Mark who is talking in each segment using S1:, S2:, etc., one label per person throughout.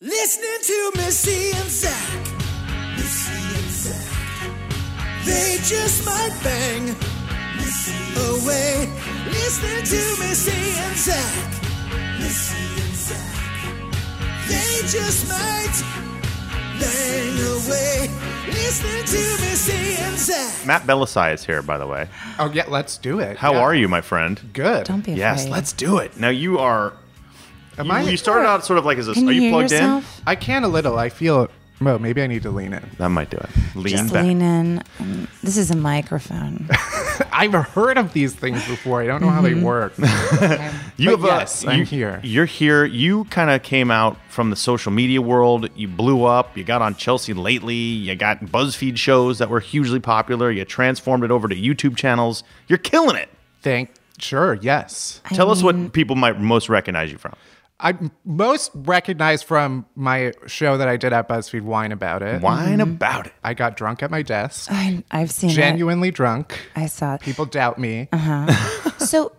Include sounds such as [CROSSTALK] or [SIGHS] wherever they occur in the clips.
S1: Listening to Missy and Zach. Missy and Zach. They just might bang. Missy away. Listening to Missy and Zach. Missy and Zach. They just might bang away. Listening to Missy and Zach.
S2: Matt Belisai is here, by the way.
S3: Oh yeah, let's do it.
S2: How
S3: Yeah.
S2: are you, my friend?
S3: Good.
S4: Don't be afraid.
S2: Yes, let's do it. Now you are.
S3: Am
S2: you,
S3: I?
S2: you started out sort of like as a.
S4: Can
S2: are
S4: you
S2: you
S4: hear
S2: plugged
S4: yourself?
S3: I can a little. I feel. Well, maybe I need to lean in. [LAUGHS]
S2: in? That might do it. Lean
S4: Just
S2: back.
S4: lean in. Um, This is
S2: [LAUGHS]
S4: a microphone.
S3: I've heard of these things before. I don't know how
S4: Mm-hmm.
S3: they work.
S2: [LAUGHS] You
S3: But
S2: have a-
S3: yes, I'm
S2: you-
S3: here.
S2: You're here. You kind of came out from the social media world. You blew up. You got on Chelsea lately. You got BuzzFeed shows that were hugely popular. You transformed it over to YouTube channels. You're killing it.
S3: Thank. Sure. Yes.
S2: Tell us what people might most recognize you from.
S3: I'm most recognized from my show that I did at BuzzFeed Wine about it.
S2: Whine about it.
S3: I got drunk at my desk.
S4: I, I've seen
S3: Genuinely drunk.
S4: it. I saw it.
S3: People doubt me.
S4: Uh-huh. So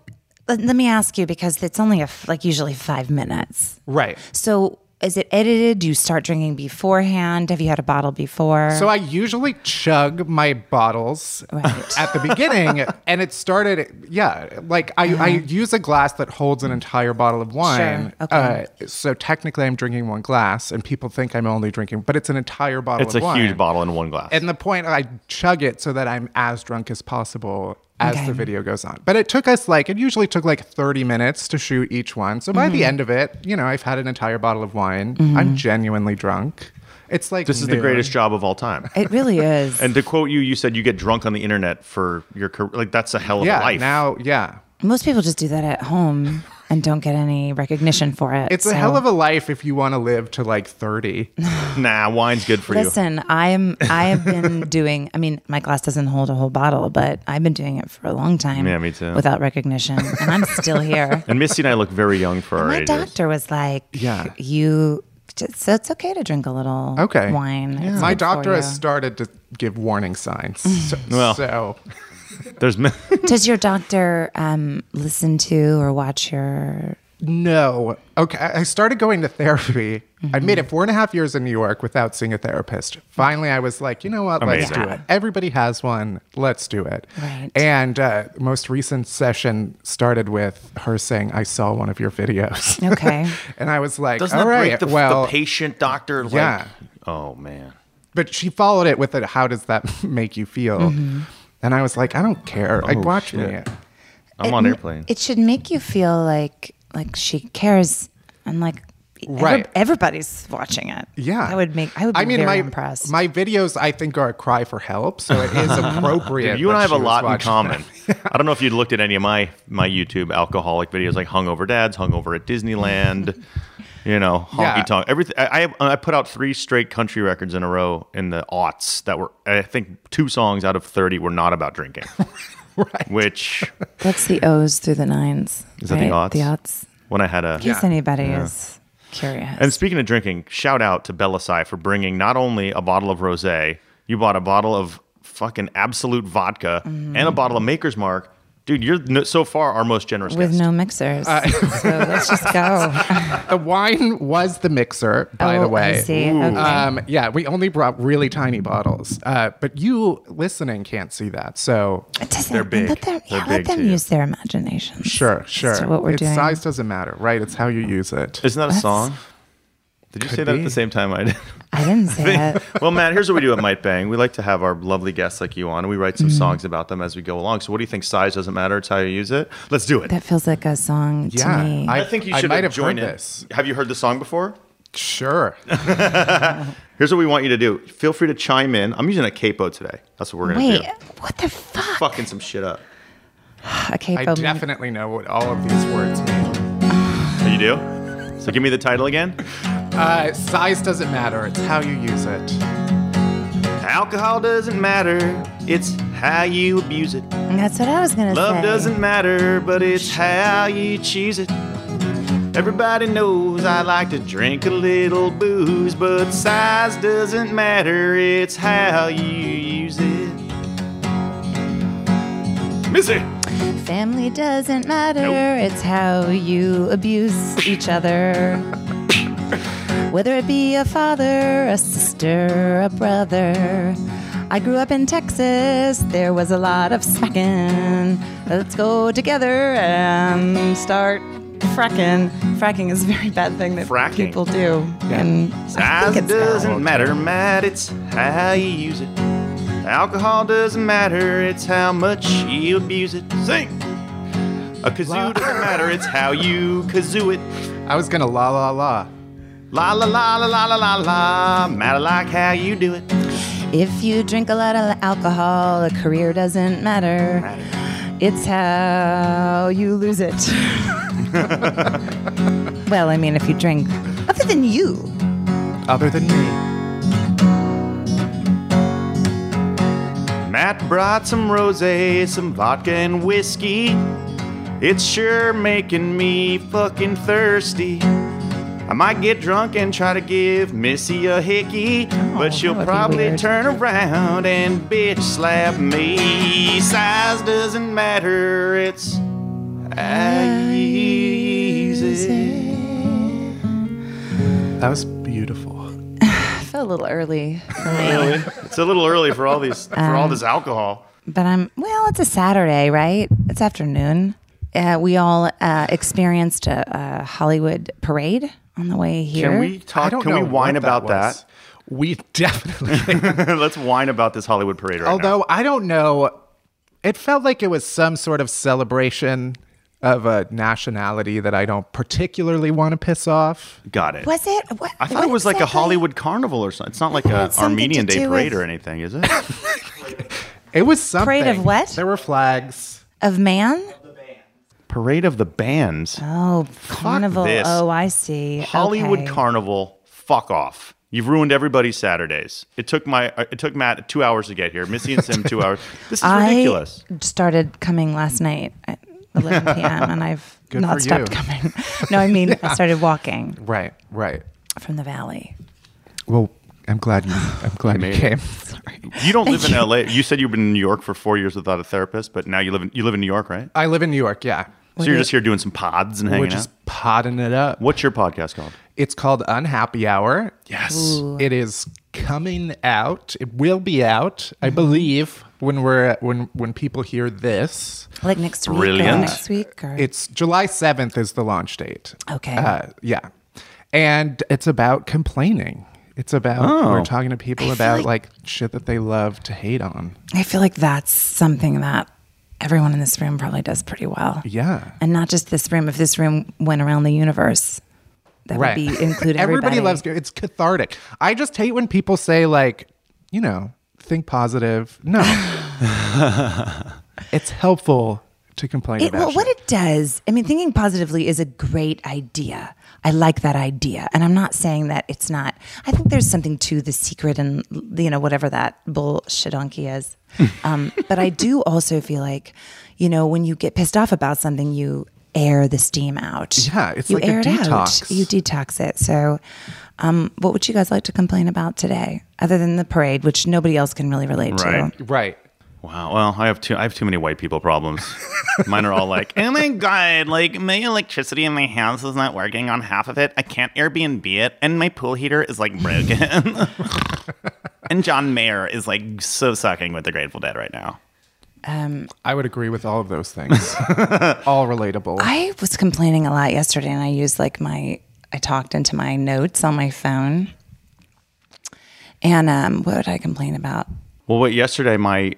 S4: let, let me ask you because it's only a f- like usually five minutes.
S3: Right.
S4: So is it edited? Do you start drinking beforehand? Have you had a bottle before?
S3: So I usually chug my bottles
S4: Right.
S3: at the beginning,
S4: [LAUGHS]
S3: and it started. Yeah, like I, I use a glass that holds an entire bottle of wine.
S4: Uh-huh. Sure, okay.
S3: Uh, so technically, I'm drinking one glass, and people think I'm only drinking, but it's an entire bottle.
S2: It's
S3: of
S2: a
S3: wine.
S2: huge bottle in one glass.
S3: And the point, I chug it so that I'm as drunk as possible as
S4: Okay.
S3: the video goes on. But it took us like it usually took like 30 minutes to shoot each one. So by the
S4: Mm-hmm.
S3: end of it, you know, I've had an entire bottle of wine. I'm genuinely drunk. It's like
S2: this is the
S3: noon.
S2: greatest job of all time.
S4: it
S2: [LAUGHS]
S4: really is.
S2: And to quote you, you said you get drunk on the internet for your career. Like that's a hell of a
S3: Yeah.
S2: life.
S3: Now, yeah.
S4: Most people just do that at home and don't get any recognition for it.
S3: It's a hell of a life if you want to live to like
S4: [LAUGHS]
S3: 30.
S2: [LAUGHS] nah, wine's good for
S4: Listen, I'm I
S2: [LAUGHS]
S4: have been doing. I mean, my glass doesn't hold a whole bottle, but I've been doing it for a long time.
S2: Yeah, me too.
S4: Without recognition, and I'm still here.
S2: you. [LAUGHS] And Misty and I look very young for our
S4: my
S2: ages.
S4: doctor was like,
S3: Yeah.
S4: you." Just, so it's okay to drink a little
S3: Okay.
S4: wine. It's
S3: My
S4: good for
S3: doctor has
S4: you."
S3: started to give warning
S4: [LAUGHS]
S3: signs. So,
S2: Well.
S3: so
S2: There's mi- [LAUGHS]
S4: Does your doctor um, listen to or watch your?
S3: No. Okay. I I started going to therapy. I made
S4: Mm-hmm.
S3: it four and a half years in New York without seeing a therapist. Finally, I was like, you know what? Let's
S2: Amazing.
S3: do it. Everybody has one. Let's do it.
S4: Right.
S3: And uh, most recent session started with her saying, I saw one of your videos.
S4: Okay.
S3: [LAUGHS] and I was like,
S2: doesn't
S3: all
S2: that
S3: right.
S2: break the,
S3: well,
S2: the patient doctor? Like,
S3: Yeah.
S2: Oh man.
S3: but she followed it with a, how does that [LAUGHS] make you feel? And I was like, I don't care. like, watch
S2: Mm-hmm. Oh, shit.
S3: me.
S2: I'm
S4: It
S2: on
S4: m-
S2: airplane.
S4: It should make you feel like like she cares and like every-
S3: Right.
S4: everybody's watching it.
S3: Yeah,
S4: I would make. I would. Be very
S3: my
S4: impressed.
S3: my videos I think are a cry for help, so it
S2: [LAUGHS]
S3: is appropriate.
S2: you and
S3: that
S2: I have a
S3: she was
S2: lot in
S3: watching
S2: common.
S3: that. [LAUGHS]
S2: I don't know if you'd looked at any of my my YouTube alcoholic videos, like hungover dads, hungover at
S3: [LAUGHS]
S2: Disneyland, you know, honky
S3: Yeah.
S2: tonk. Everything. I, I I put out three straight country records in a row in the aughts that were. I think two songs out of thirty were not about
S3: [LAUGHS]
S2: drinking. right. Which
S4: That's the O's through the nines.
S2: Is that the
S4: right?
S2: aughts?
S4: The aughts.
S2: when I had a
S4: In case anybody is curious.
S2: And speaking of drinking, shout out to Belisai for bringing not only a bottle of rosé, you bought a bottle of fucking absolute vodka
S4: Mm-hmm.
S2: and a bottle of Maker's Mark. Dude, you're no, so far our most generous
S4: with
S2: guest.
S4: no mixers.
S2: Uh,
S4: so let's
S2: [LAUGHS]
S4: just go.
S3: the wine was the mixer, by the
S4: oh, I
S3: way.
S4: see. Okay.
S3: Um, yeah, we only brought really tiny bottles, uh, but you listening can't see that. So
S4: It doesn't-
S2: they're big.
S4: Let them,
S2: They're
S4: yeah,
S2: big
S4: let them
S2: too.
S4: use their imagination.
S3: sure,
S4: As
S3: sure.
S4: to what we're
S3: its
S4: doing.
S3: size doesn't matter, right? It's how you use it.
S2: Isn't that a
S4: That's-
S2: song? Did you say that at
S3: be.
S2: the same time I did? [LAUGHS]
S4: I
S3: [LAUGHS]
S4: didn't say it.
S2: well, Matt, here's what we do at Might Bang. We like to have our lovely guests like you on, and we write
S4: Mm-hmm.
S2: some songs about them as we go along. So, what do you think? Size doesn't matter; it's how you use it. Let's do it.
S4: That feels like a song
S3: Yeah,
S4: to me.
S3: I-
S2: I think you
S3: I
S2: should
S3: might
S2: have
S3: have
S2: joined
S3: heard
S2: it.
S3: this.
S2: Have you heard the song before?
S3: Sure.
S2: Here's what we want you to do. Feel free to chime in. I'm using a capo today. That's what we're gonna
S4: Wait,
S2: do.
S4: what the fuck?
S2: Fucking some shit up.
S4: A
S3: I
S4: capo.
S3: definitely know what all of these words mean.
S2: Oh, you do? So give me the title again.
S3: Uh, size doesn't matter. It's how you use it.
S2: Alcohol doesn't matter. It's how you abuse it.
S4: That's what I was gonna say.
S2: Love doesn't matter, but it's how you choose it. Everybody knows I like to drink a little booze, but size doesn't matter. It's how you use it. Missy.
S4: Family doesn't matter. It's how you abuse each other. whether it be a father, a sister, a brother. I grew up in Texas. There was a lot of smacking. Let's go together and start fracking. Fracking is a very bad thing that
S2: Fracking.
S4: people do. And I
S2: Size
S4: think it's
S2: doesn't
S4: bad.
S2: matter, Matt, it's how you use it. Alcohol doesn't matter, it's how much you abuse it. Sing! A kazoo
S4: [LAUGHS]
S2: doesn't matter, it's how you kazoo it.
S3: I was gonna la la la.
S2: La la la la la la la la, matter like how you do it.
S4: If you drink a lot of alcohol, a career doesn't matter. It's how you lose
S2: [LAUGHS]
S4: it. well, I mean, if you drink, other than you.
S3: Other than me.
S2: Matt brought some rosé, some vodka and whiskey. It's sure making me fucking thirsty. I might get drunk and try to give Missy a hickey,
S3: Oh,
S2: but
S4: that
S2: she'll
S4: would be
S2: probably
S4: weird.
S2: turn around and bitch slap me. Size doesn't matter, it's easy.
S3: That was beautiful.
S4: I felt a little easy.
S2: It's a little early for all these for
S3: Um,
S2: all this alcohol.
S4: But I'm, well, it's a Saturday, right? It's afternoon. Uh, we all uh, experienced a, a Hollywood parade on the way here.
S2: Can we
S3: I
S2: talk?
S3: don't
S2: Can
S3: know
S2: we whine
S3: what
S2: about
S3: was.
S2: that?
S3: We definitely.
S2: [LAUGHS]
S3: [LAUGHS]
S2: Let's whine about this Hollywood parade right now.
S3: Although I don't know, it felt like it was some sort of celebration of a nationality that I don't particularly want to piss off.
S2: Got it.
S4: Was it? What,
S2: I thought it was like a Hollywood carnival or something. It's not like a
S4: had something
S2: Armenian
S4: to
S2: Day
S4: do
S2: parade
S4: with-
S2: or anything, is
S4: [LAUGHS]
S2: it?
S3: It was something.
S4: Parade of what?
S3: There were flags.
S4: Of man?
S2: parade of the bands.
S4: Oh, carnival.
S2: this.
S4: Oh, I see.
S2: Hollywood
S4: Okay.
S2: Carnival. Fuck off. You've ruined everybody's Saturdays. It took my uh, it took Matt two hours to get here. Missy and Sim two
S4: [LAUGHS]
S2: hours. This is ridiculous.
S4: I started coming last night at
S3: [LAUGHS]
S4: 11 p.m. and I've
S3: Good for
S4: not stopped
S3: you.
S4: coming. No, I mean
S3: [LAUGHS]
S4: I started walking
S3: Right, right.
S4: from the valley.
S3: Well, I'm glad you. I'm glad you came.
S2: You don't
S4: [LAUGHS]
S2: live in LA. You said you've been in New York for four years without a therapist, but now you live in you live in New York, right?
S3: I live in New York. Yeah,
S2: so you're just here doing some pods and
S3: we're
S2: hanging
S3: just
S2: out.
S3: potting it up.
S2: What's your podcast called?
S3: It's called Unhappy Hour.
S2: Yes.
S3: It is coming out. It will be out, I
S4: Mm-hmm.
S3: believe, when we're when when people hear this.
S4: Like next week
S2: Brilliant.
S4: or next week or
S3: It's July 7th is the launch date.
S4: Okay.
S3: Uh, yeah. And it's about complaining. It's about we're
S2: Oh.
S3: talking to people about like
S4: like-
S3: shit that they love to hate on.
S4: I feel like that's something that everyone in this room probably does pretty well.
S3: Yeah.
S4: And not just this room, if this room went around the universe, that
S3: right. [LAUGHS]
S4: would be included
S3: everybody loves it's cathartic. I just hate when people say like, you know, think positive.
S4: [LAUGHS]
S3: No. [LAUGHS] it's helpful to complain
S4: It,
S3: about
S4: well, what
S3: shit.
S4: it does, I mean, thinking positively is a great idea. I like that idea, and I'm not saying that it's not. I think there's something to the secret and you know whatever that bullshit
S3: [LAUGHS]
S4: donkey is. Um, but I do also feel like, you know, when you get pissed off about something, you air the steam out.
S3: Yeah, it's
S4: you
S3: like a
S4: air it
S3: detox.
S4: out. You detox it. So, um, what would you guys like to complain about today, other than the parade, which nobody else can really relate
S2: Right.
S4: to?
S3: right.
S2: Wow. Well, I have too. I have too many white people problems. Mine are all like, oh my god, like my electricity in my house is not working on half of it. I can't Airbnb it, and my pool heater is like broken. [LAUGHS] and John Mayer is like so sucking with the Grateful Dead right now.
S3: I would agree with all of those things.
S4: [LAUGHS]
S3: all relatable.
S4: I was complaining a lot yesterday, and I used like my I talked into my notes on my phone. And um, what would I complain about?
S2: Well, what yesterday my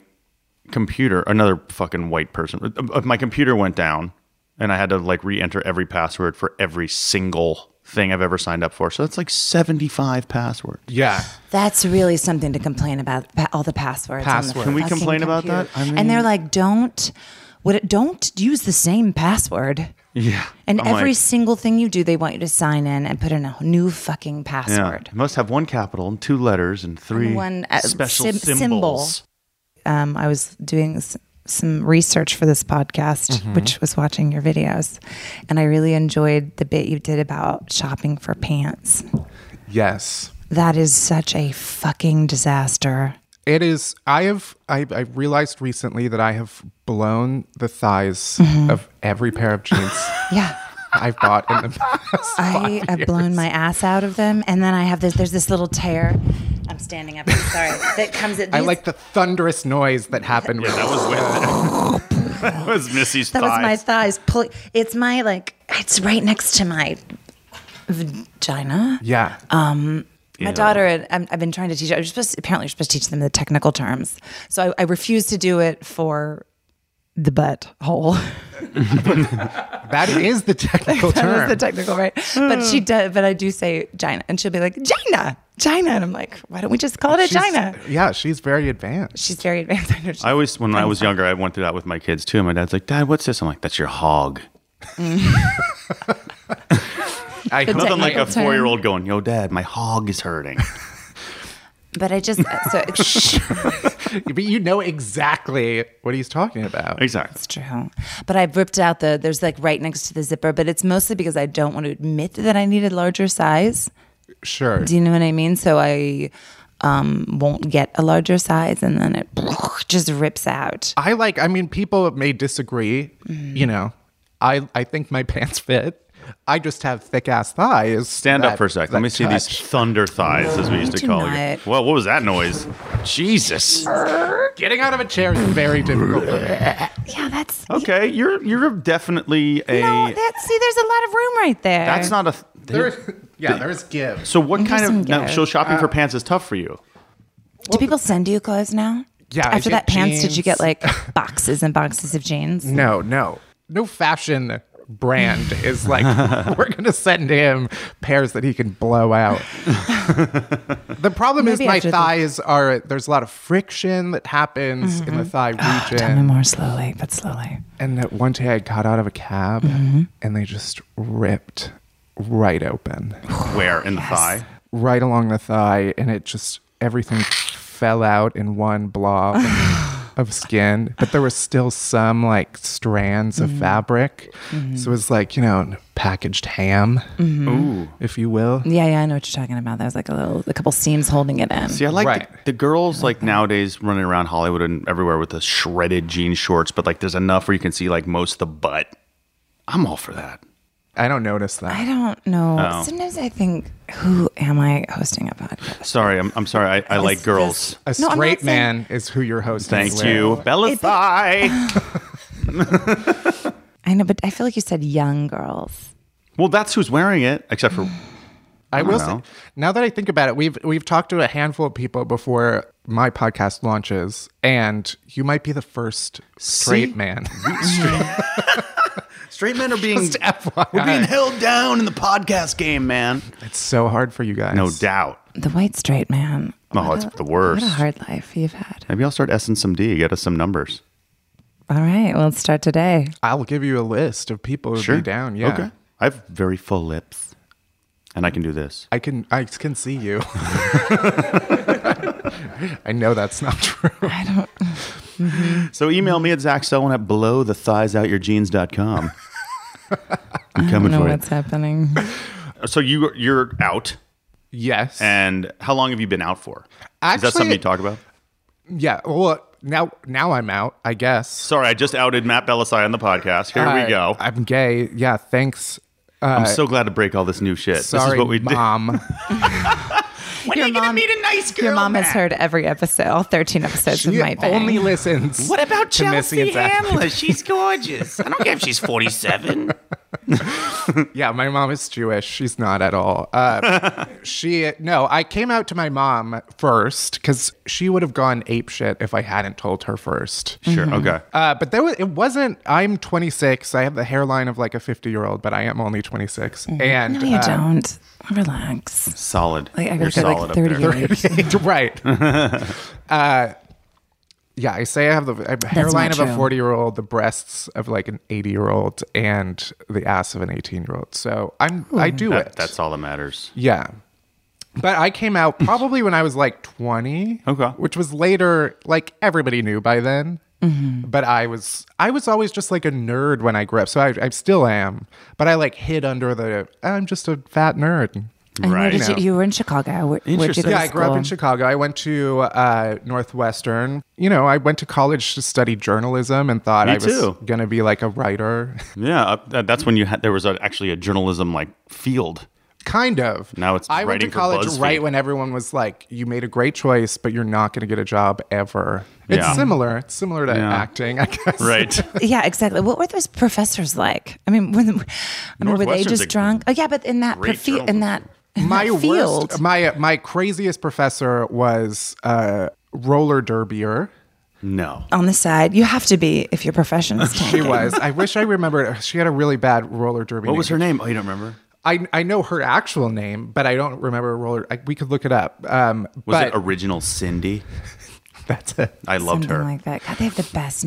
S2: computer, another fucking white person, uh, my computer went down, and I had to like re-enter every password for every single thing I've ever signed up for. So that's like seventy-five passwords.
S3: yeah.
S4: That's really something to complain about. pa- All the passwords. On
S3: Password.
S4: the
S3: Can
S2: we
S4: fucking
S2: complain about
S4: computer.
S2: that? I
S4: and they're like, don't. What it, don't use the same password.
S2: Yeah.
S4: And
S2: I'm
S4: every
S2: like-
S4: single thing you do, they want you to sign in and put in a new fucking password.
S2: Yeah. It must have one capital and two letters and three
S4: one, uh,
S2: special
S4: sym-
S2: symbols.
S4: um, I was doing s- some research for this podcast,
S3: Mm-hmm.
S4: which was watching your videos, and I really enjoyed the bit you did about shopping for pants.
S3: Yes.
S4: That is such a fucking disaster.
S3: It is. I have. I, I realized
S4: Mm-hmm. [LAUGHS]
S3: recently that I have blown the thighs of every pair of jeans
S4: Yeah.
S3: I've bought
S4: [LAUGHS]
S3: in the past.
S4: I have blown my ass out of them, and then I have this. There's this little tear. I'm standing up. I'm sorry.
S3: [LAUGHS]
S4: That comes at. These,
S3: I like the thunderous noise that happened.
S2: Yeah,
S3: with-
S2: that was
S4: [LAUGHS]
S2: when that was Missy's
S4: That was
S2: thigh.
S4: my thighs. Pull, it's my like. It's right next to my vagina.
S3: yeah.
S4: My daughter, and I'm, I've been trying to teach. I was supposed apparently you're supposed to teach them the technical terms. So I, I refuse to do it for the butt hole. [LAUGHS]
S3: that is the technical
S4: that was
S3: term.
S4: the technical right. But she does. But I do say gina, and she'll be like gina, gina, and I'm like, why don't we just call it a
S3: She's-
S4: gina?
S3: Yeah, she's very
S4: [LAUGHS]
S3: advanced.
S4: She's very advanced. I know she's-
S2: I always, when I was younger, I went through that with my kids too. My dad's like, "Dad, what's this?" I'm like, "That's your hog."
S3: I hope
S2: Nothing like a
S4: Technical term.
S2: four year old going, "Yo, Dad, my hog is hurting."
S4: but I just uh, so it's,
S3: but you know exactly what he's talking
S2: [LAUGHS]
S3: about.
S2: exactly.
S4: it's true. But I've ripped out the there's like right next to the zipper. But it's mostly because I don't want to admit that I need a larger size.
S3: Sure.
S4: Do you know what I mean? So I um, won't get a larger size, and then it [LAUGHS] just rips out.
S3: I like. I mean, people may disagree.
S4: Mm.
S3: You know, I I think my [LAUGHS] pants fit. I just have thick ass thighs.
S2: Stand up
S3: that-
S2: for a sec. Let
S3: that
S2: me see
S3: touch.
S2: these thunder thighs, as we used to
S4: do
S2: call
S4: not.
S2: it. Well, what was that noise? Jesus.
S3: Getting out of a chair is very difficult.
S4: Yeah, that's
S2: Okay, you're you're definitely a.
S4: no. That see, there's a lot of room right there.
S2: that's not a.
S3: There is- yeah, there's give.
S2: so what kind
S4: Interesting
S2: of now?
S4: guy.
S2: So shopping for pants is tough for you.
S4: Do people send you clothes now?
S3: Yeah, I
S4: After
S3: get
S4: that pants, did you get
S3: jeans. Mm,
S4: like [LAUGHS] boxes and boxes of jeans? [GASPS]
S3: No, no, no fashion brand is like [LAUGHS] we're gonna send him pairs that he can blow out. the problem
S4: Maybe
S3: is my
S4: after the-
S3: thighs are there's a lot of friction that happens in the thigh
S4: Tell me
S3: region.
S4: more slowly, but slowly.
S3: And that one day I got out of a cab and they just ripped right open,
S2: Where in the thigh?
S3: right along the thigh, and it just everything fell out in one blob
S4: [SIGHS]
S3: of skin. But there was still some like strands
S4: Mm-hmm.
S3: of fabric. So it was like, you know, packaged ham,
S4: Mm-hmm.
S2: Ooh.
S3: if you will.
S4: Yeah, yeah, I know what you're talking about. There's like a little, a couple seams holding it in.
S2: See, I like
S3: Right.
S2: the, the girls like nowadays running around Hollywood and everywhere with the shredded jean shorts, but like there's enough where you can see like most of the butt. I'm all for that.
S3: I don't notice that.
S4: I don't know.
S2: Oh.
S4: Sometimes I think, who am I hosting a podcast?
S2: Sorry, I'm, I'm sorry. I, I like
S4: It's
S2: girls.
S3: A
S4: No, I'm not
S3: straight
S4: saying-
S3: man is who your host is.
S2: Thank
S3: with.
S2: you, Bella
S3: [LAUGHS]
S4: It-
S2: Thigh.
S4: I know, but I feel like you said young girls.
S2: well, that's who's wearing it, except for
S3: I
S2: don't
S3: will
S2: know.
S3: say, now that I think about it, we've we've talked to a handful of people before my podcast launches, and you might be the first straight
S2: See?
S3: man.
S2: straight men [LAUGHS] are being
S3: FYI.
S2: held down in the podcast game, man.
S3: it's so hard for you guys.
S2: No doubt.
S4: The white straight man.
S2: Oh,
S4: What
S2: it's
S4: a-
S2: the worst.
S4: What a hard life you've had.
S2: Maybe I'll start Sing some D. Get us some numbers.
S4: All right, well, let's start today.
S3: I'll give you a list of people who'd be down. Yeah,
S2: Okay. I have very full lips, and I can do this.
S3: I can I can
S2: [LAUGHS]
S3: see you. I know that's not true.
S4: I don't.
S2: So email me at Zach Selwyn at below the thighs out your jeans.com. I'm
S4: I don't
S2: coming
S4: know
S2: for
S4: what's happening.
S2: it. So you you're out,
S3: Yes.
S2: and how long have you been out for? Is that
S3: Actually-
S2: something you talk about?
S3: yeah. Well, now now I'm out. I guess.
S2: Sorry, I just outed Matt Belisai on the podcast. Here
S3: Uh,
S2: we go. I,
S3: I'm gay. Yeah. Thanks.
S2: am so glad to break all this new shit. this
S3: Sorry,
S2: is what we [LAUGHS] did.
S3: mom.
S2: When
S4: Your mom-
S2: nice
S4: Your mom has
S2: Matt?
S4: heard every episode, all 13 episodes of
S3: she
S4: my bang.
S3: only listens.
S5: What about
S3: to Missy and
S5: Chelsea
S3: Zach.
S5: Handler? She's gorgeous. I don't care if she's 47.
S3: [LAUGHS] Yeah, my mom is Jewish. She's not at all. Uh,
S2: [LAUGHS]
S3: she no. I came out to my mom first because she would have gone ape shit if I hadn't told her first.
S2: Sure. Okay.
S3: Uh, but there was, it wasn't. I'm 26. I have the hairline of like a 50 year old, but I am only 26. And
S4: Mm-hmm. No, you
S3: uh,
S4: don't. Relax.
S2: solid.
S4: Like, I
S2: You're
S4: gotta say, like,
S2: solid up
S4: 30
S2: there.
S3: [LAUGHS]
S4: years. [LAUGHS]
S3: right. uh, yeah, I say I have the I have a hairline of
S4: not
S3: a
S4: true.
S3: 40 year old, the breasts of like an 80 year old, and the ass of an 18 year old. So I'm
S4: Hmm.
S3: I do
S2: That-
S3: it.
S2: [LAUGHS] that's all that matters.
S3: Yeah. But I
S2: [LAUGHS]
S3: came out probably when I was like 20.
S2: Okay.
S3: Which was later, like everybody knew by then. But I was I was always just like a nerd when I grew up. So I, I still am. But I like hid under the I'm just a fat nerd.
S4: And where
S2: Right.
S4: did you,
S3: No.
S4: you were in Chicago. Where, where'd you
S2: Interesting.
S4: go
S3: Yeah,
S4: to
S3: I grew up in
S4: school?
S3: Chicago. I went to uh, Northwestern. You know, I went to college to study journalism and thought
S2: Me
S3: I was
S2: too.
S3: going to be like a writer.
S2: Yeah, uh, that- that's when you had there was a, actually a journalism like field.
S3: kind of.
S2: Now it's
S3: I went to
S2: writing for
S3: college
S2: BuzzFeed.
S3: right when everyone was like, you made a great choice, but you're not going to get a job ever. It's
S2: Yeah.
S3: similar. It's similar to
S2: Yeah.
S3: acting, I guess.
S2: Right.
S4: Yeah, exactly. What were those professors like? I mean, when, I mean were they
S2: Northwestern's a
S4: just drunk? Oh, yeah, but in that
S2: great
S4: profi-
S2: journalism
S4: in that
S3: [LAUGHS]
S4: in
S3: my
S4: that field,
S3: worst, my uh, my craziest professor was uh, roller derbier.
S2: [LAUGHS] No.
S4: on the side, you have to be if your profession
S2: [LAUGHS]
S4: is
S3: She
S4: tanking.
S3: was. I wish I remembered. uh, She had a really bad roller derby.
S2: What
S3: name.
S2: was her name? Oh, you don't remember?
S3: I I know her actual name, but I don't remember roller. I, we could look it up. Um,
S2: Was
S3: but
S2: it original Cindy?
S3: [LAUGHS] that's it.
S2: I loved
S4: Something
S2: her.
S4: like that. God, they have the best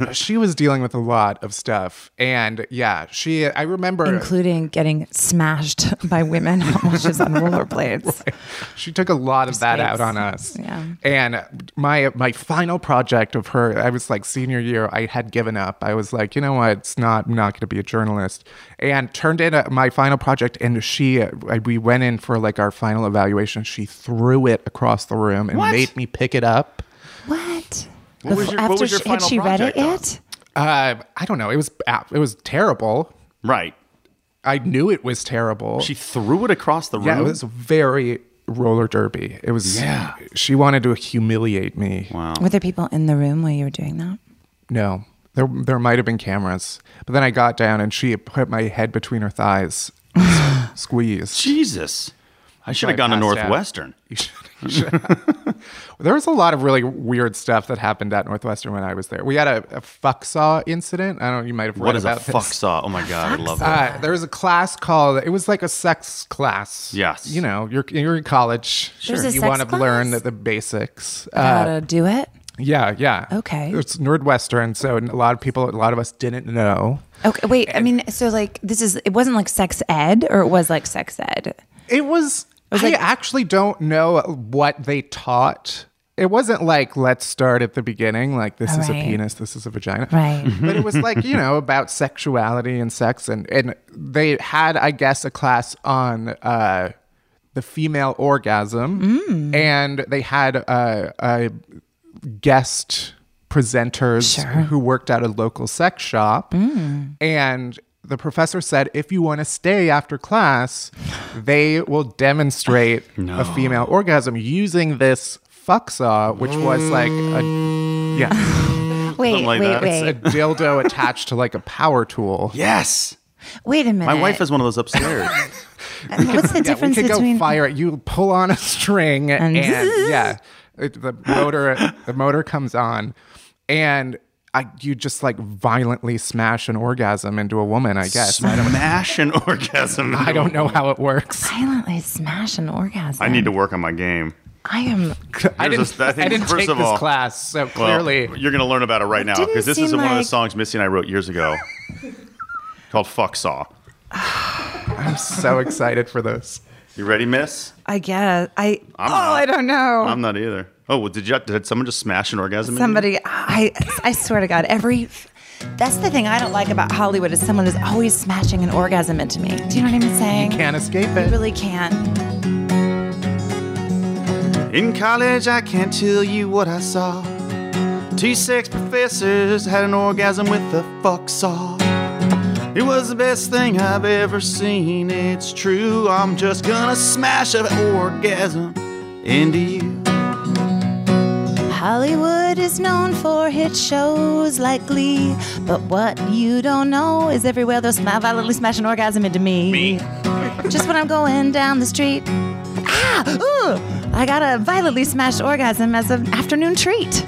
S2: [LAUGHS]
S4: names,
S3: She was dealing with a lot of stuff, and yeah, she. I remember.
S4: including getting smashed by
S2: [LAUGHS]
S4: women while she's on rollerblades.
S3: she took a lot of that out
S4: space.
S3: on us.
S4: Yeah.
S3: And my my final project of her, I was like senior year, I had given up. I was like, you know what, it's not I'm not going to be a journalist, and turned in uh my final project. And she, I, we went in for like our final evaluation. She threw it across the room and
S2: What?
S3: made me pick it up.
S4: What?
S2: What was
S4: Befo-
S2: your- what was your
S4: she- had
S2: final
S4: she read it
S2: project on?
S4: yet?
S3: Uh, I don't know. It was a- it was terrible.
S2: Right.
S3: I knew it was terrible.
S2: She threw it across the room.
S3: yeah, it was very roller derby. It was.
S2: Yeah.
S3: She wanted to humiliate me.
S2: wow.
S4: Were there people in the room while you were doing that?
S3: No, there there might have been cameras, but then I got down and she put my head between her thighs,
S2: [LAUGHS]
S3: squeezed.
S2: Jesus. I should have gone to
S3: passed out.
S2: Northwestern.
S3: You should- you should- [LAUGHS] there was a lot of really weird stuff that happened at Northwestern when I was there. We had a, a fuck saw incident. I don't know. You might have read
S2: What is a
S3: about this.
S2: fuck saw? Oh my god, I love that.
S3: Uh, there was a class called. It was like a sex class.
S2: Yes.
S3: You know, you're you're in college.
S4: There's a
S3: You
S4: sex
S3: want to
S4: class?
S3: learn the, the basics.
S2: Uh,
S3: Uh,
S4: How to do it?
S3: Yeah, yeah.
S4: Okay.
S3: It's Northwestern, so a lot of people, a lot of us didn't know.
S4: Okay, wait.
S2: uh,
S4: I mean, so like this is it wasn't like sex ed, or it was like sex ed.
S3: It was.
S4: was
S3: I
S4: like-
S3: actually don't know what they taught. It wasn't like let's start at the beginning. Like this is a
S4: Right.
S3: penis, this is a vagina.
S4: Right.
S3: But it was like you know about sexuality and sex, and and they had I guess a class on uh, the female orgasm, and they had uh, a guest presenters who worked at a local sex shop. And the professor said, if you want to stay after class, they will demonstrate a female orgasm using this fuck saw, which was like a yeah,
S4: Wait,
S2: like
S4: wait,
S2: that.
S3: it's a
S4: wait.
S3: dildo attached to like a power tool.
S2: Yes.
S4: Wait a minute.
S2: My wife has one of those
S3: [LAUGHS]
S2: upstairs. [LAUGHS]
S4: What's the
S3: Yeah, we
S4: difference
S3: could
S4: between
S3: go fire it. You pull on a
S4: [LAUGHS]
S3: string, and, yeah, it, the motor the motor comes on, and I, you just like violently smash an orgasm into a woman. I guess I don't.
S2: Smash an [LAUGHS] orgasm.
S3: I don't know how it works.
S4: violently smash an orgasm?
S2: I need to work on my game.
S4: I am.
S2: [LAUGHS]
S3: I
S2: Here's
S3: didn't.
S2: a- I
S3: I,
S2: think,
S3: didn't
S2: first
S3: take
S2: of
S3: this
S2: all-
S3: class, so
S2: Well, [LAUGHS]
S3: clearly
S2: you're going to learn about it right now
S4: didn't
S2: because this is
S4: seem
S2: one of the
S4: like-
S2: songs Missy and I wrote years
S3: [LAUGHS]
S2: ago called Fuck Saw.
S3: I'm so excited for this.
S2: You ready, Miss?
S4: I guess I.
S2: I'm
S4: oh,
S2: not.
S4: I don't know.
S2: I'm not either. Oh, well, did you did someone just smash an orgasm? in you?
S4: Somebody, I, I swear to God, every. That's the thing I don't like about Hollywood is someone is always smashing an orgasm into me. Do you know what I'm saying?
S3: Can't escape
S4: I
S3: it.
S4: really can't.
S2: In college, I can't tell you what I saw. Two sex professors had an orgasm with a fuck saw. It was the best thing I've ever seen. It's true. I'm just gonna smash an orgasm into you.
S4: Hollywood is known for hit shows like Glee, but what you don't know is everywhere they'll sma- violently smash an orgasm into me.
S2: Me.
S4: Just when I'm going down the street, ah, ooh, I got a violently smashed orgasm as an afternoon treat.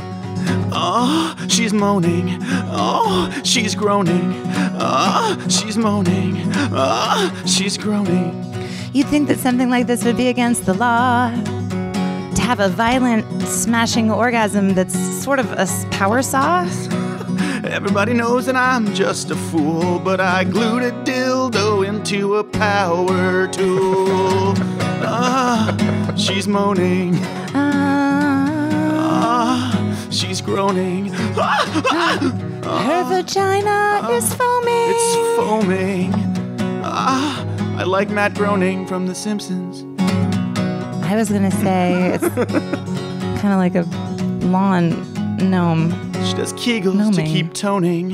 S2: Oh, she's moaning. Oh, she's groaning. Oh, she's moaning. Oh, she's groaning.
S4: You'd think that something like this would be against the law. To have a violent, smashing orgasm that's sort of a s- power saw?
S2: Everybody knows that I'm just a fool, but I glued a dildo into a power tool. Ah, she's moaning.
S4: Ah,
S2: Ah, she's groaning. Ah,
S4: her vagina is foaming.
S2: it's foaming. Ah, I like Matt Groening from The Simpsons.
S4: I was gonna say it's kind of like a lawn gnome.
S2: She does kegels
S4: No,
S2: to
S4: man.
S2: keep toning.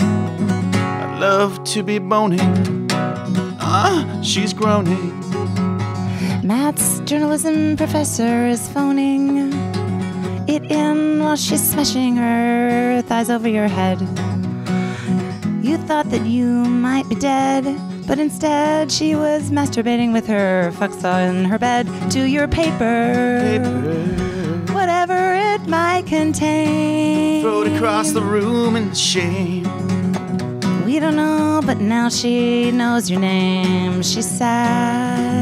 S2: I love to be boning. Ah, she's groaning.
S4: Matt's journalism professor is phoning it in while she's smashing her thighs over your head. You thought that you might be dead, but instead she was masturbating with her fuck saw in her bed to your paper, whatever it might contain.
S2: Rode across the room in shame.
S4: We don't know, but now she knows your name. She's sad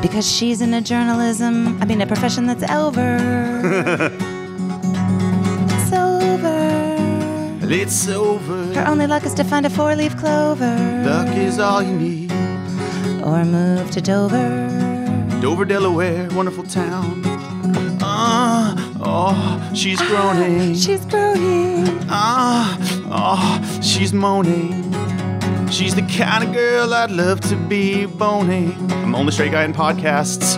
S4: because she's in a journalism, I mean, a profession that's over.
S2: [LAUGHS]
S4: it's over.
S2: It's over.
S4: Her only luck is to find a four leaf clover
S2: Luck is all you need.
S4: or move to Dover.
S2: Dover, Delaware, wonderful town. Ah, oh, she's groaning.
S4: She's growing.
S2: Ah, oh, she's moaning. She's the kind of girl I'd love to be boning. I'm the only straight guy in podcasts.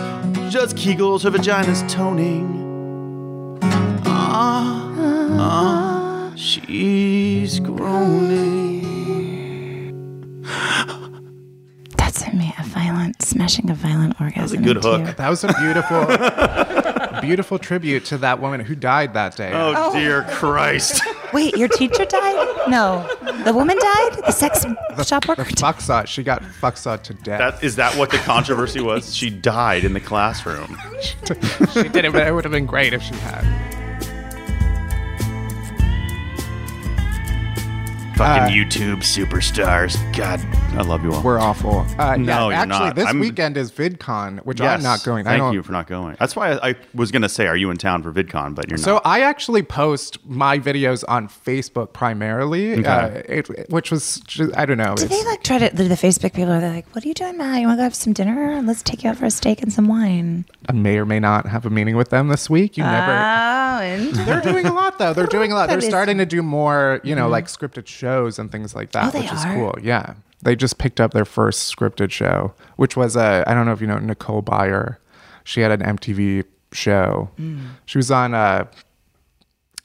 S2: She does kegels, her vagina's toning. Ah, ah, she's groaning.
S4: That sent me a violent, smashing a violent orgasm. That's
S2: a good hook.
S3: That was a beautiful, beautiful [LAUGHS] tribute to that woman who died that day.
S2: Oh, dear Christ.
S4: Wait, your teacher died? No. The woman died?
S2: [LAUGHS]
S4: The sex shop worker?
S3: The fucksot. She got fucksawed to death.
S2: That, is that what the controversy was? [LAUGHS] She died in the classroom.
S3: she did it, but it would have been great if she had.
S2: Fucking YouTube superstars. God, I love you all.
S3: We're awful. Uh,
S2: No,
S3: yeah,
S2: you're
S3: actually,
S2: not.
S3: this
S2: I'm-
S3: weekend is VidCon, which I'm not going.
S2: Thank
S3: I don't,
S2: you for not going. That's why I, I was going to say, are you in town for VidCon? But you're
S3: So
S2: not.
S3: I actually post my videos on Facebook primarily, uh, it, which was ju- I don't know.
S4: Do
S3: it's-
S4: they like try to the, the Facebook people are like, "What are you doing, Matt? You want to go have some dinner? Let's take you out for a steak and some wine."
S3: I may or may not have a meeting with them this week. You never.
S4: Oh, and
S3: They're doing a lot though. They're doing a lot. They're
S4: That is- Mm-hmm. Oh,
S3: starting to do more, you know, like scripted shows and things like that,
S4: they
S3: which is
S4: are?
S3: cool. Yeah, they just picked up their first scripted show, which was uh, I don't know if you know Nicole Byer. She had an MTV show.
S4: Mm.
S3: She was on uh,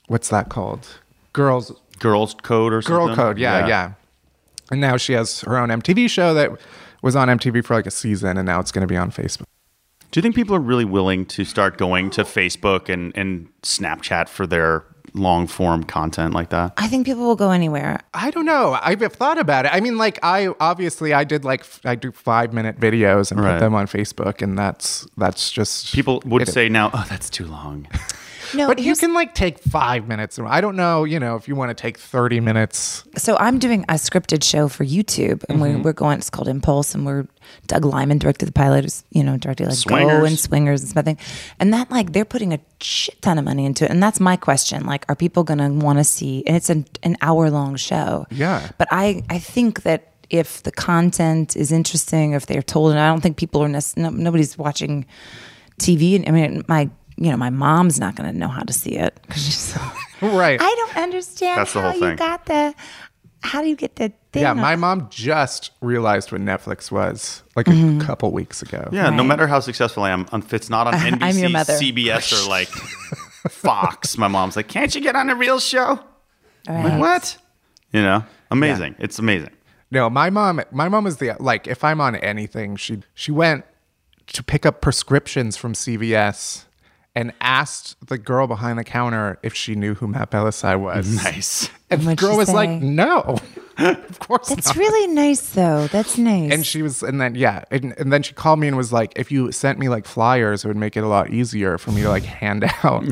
S3: what's that called? Girls
S2: Girls Code or
S3: Girl
S2: something?
S3: Code, yeah, yeah, And now she has her own MTV show that was on MTV for like a season, and now it's going to be on Facebook.
S2: Do you think people are really willing to start going to Facebook and, and Snapchat for their long form content like that?
S4: I think people will go anywhere.
S3: I don't know. I've thought about it. I mean, like I obviously I did like f- I do five minute videos and
S2: Right.
S3: put them on Facebook, and that's that's just
S2: People would
S3: it-
S2: say now, oh, that's too long.
S4: No,
S3: But you
S4: here's-
S3: can like take five minutes. and I don't know, you know, if you want to take thirty minutes.
S4: so I'm doing a scripted show for YouTube,
S2: Mm-hmm.
S4: and we're, we're going. It's called Impulse, and we're Doug Lyman directed the pilot. Who's you know directed like Go
S2: Swingers.
S4: and Swingers and something, and that like they're putting a shit ton of money into it. And that's my question: like, are people going to want to see? And it's an an hour long show.
S3: Yeah.
S4: But I I think that if the content is interesting, if they're told, and I don't think people are necess- no, nobody's watching TV. And I mean, my you know my mom's not going to know how to see it 'cause she's.
S2: [LAUGHS]
S3: Right.
S4: I don't understand
S2: That's the
S4: how
S2: whole
S4: you
S2: thing.
S4: got the how do you get the thing?
S3: yeah,
S4: on-
S3: my mom just realized what Netflix was like a couple weeks ago.
S2: Yeah, no
S4: Right.
S2: matter how successful I am, um, if it's not
S3: [LAUGHS]
S2: on NBC,
S4: your mother.
S2: CBS, or like Fox, my mom's like, can't you get on a real show?
S4: All
S2: I'm like,
S4: right.
S2: what? You know, amazing. It's amazing.
S3: No, my mom my mom is the like if I'm on anything, she she went to pick up prescriptions from CVS and asked the girl behind the counter if she knew who Matt Belisai was.
S2: [LAUGHS] Nice.
S3: And the
S4: What'd
S3: girl
S4: she
S3: was
S4: say?
S3: like, "No." [LAUGHS] of course [LAUGHS]
S4: That's
S3: not.
S4: really nice though. That's nice.
S3: and she was and then yeah, and, and then she called me and was like, "If you sent me like flyers, it would make it a lot easier for me to like hand out."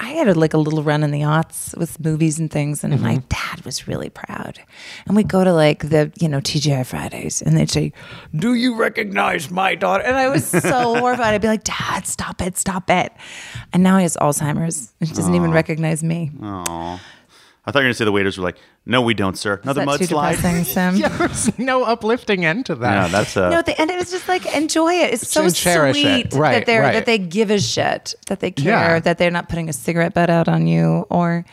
S4: I had a, like a little run in the aughts with movies and things, and my
S3: Mm-hmm.
S4: dad was really proud. And we go to like the you know TGI Fridays, and they'd say, [LAUGHS] "Do you recognize my daughter?" And I was so horrified. I'd be like, "Dad, stop it, stop it!" And now he has Alzheimer's. and He doesn't even recognize me.
S2: I thought you were going to say the waiters were like, no, we don't, sir. Another
S4: Is that too
S2: mudslide.
S3: [LAUGHS]
S4: depressing, Sim?
S3: yeah, [LAUGHS] there's no uplifting end to
S2: Yeah,
S3: that.
S2: that's
S5: uh,
S2: a.
S4: [LAUGHS] No, at the end, it was just like enjoy it. It's so
S3: And cherish
S4: sweet
S3: it. Right,
S4: that they are
S3: right.
S4: that they give a shit, that they care,
S3: Yeah.
S4: that they're not putting a cigarette butt out on you, or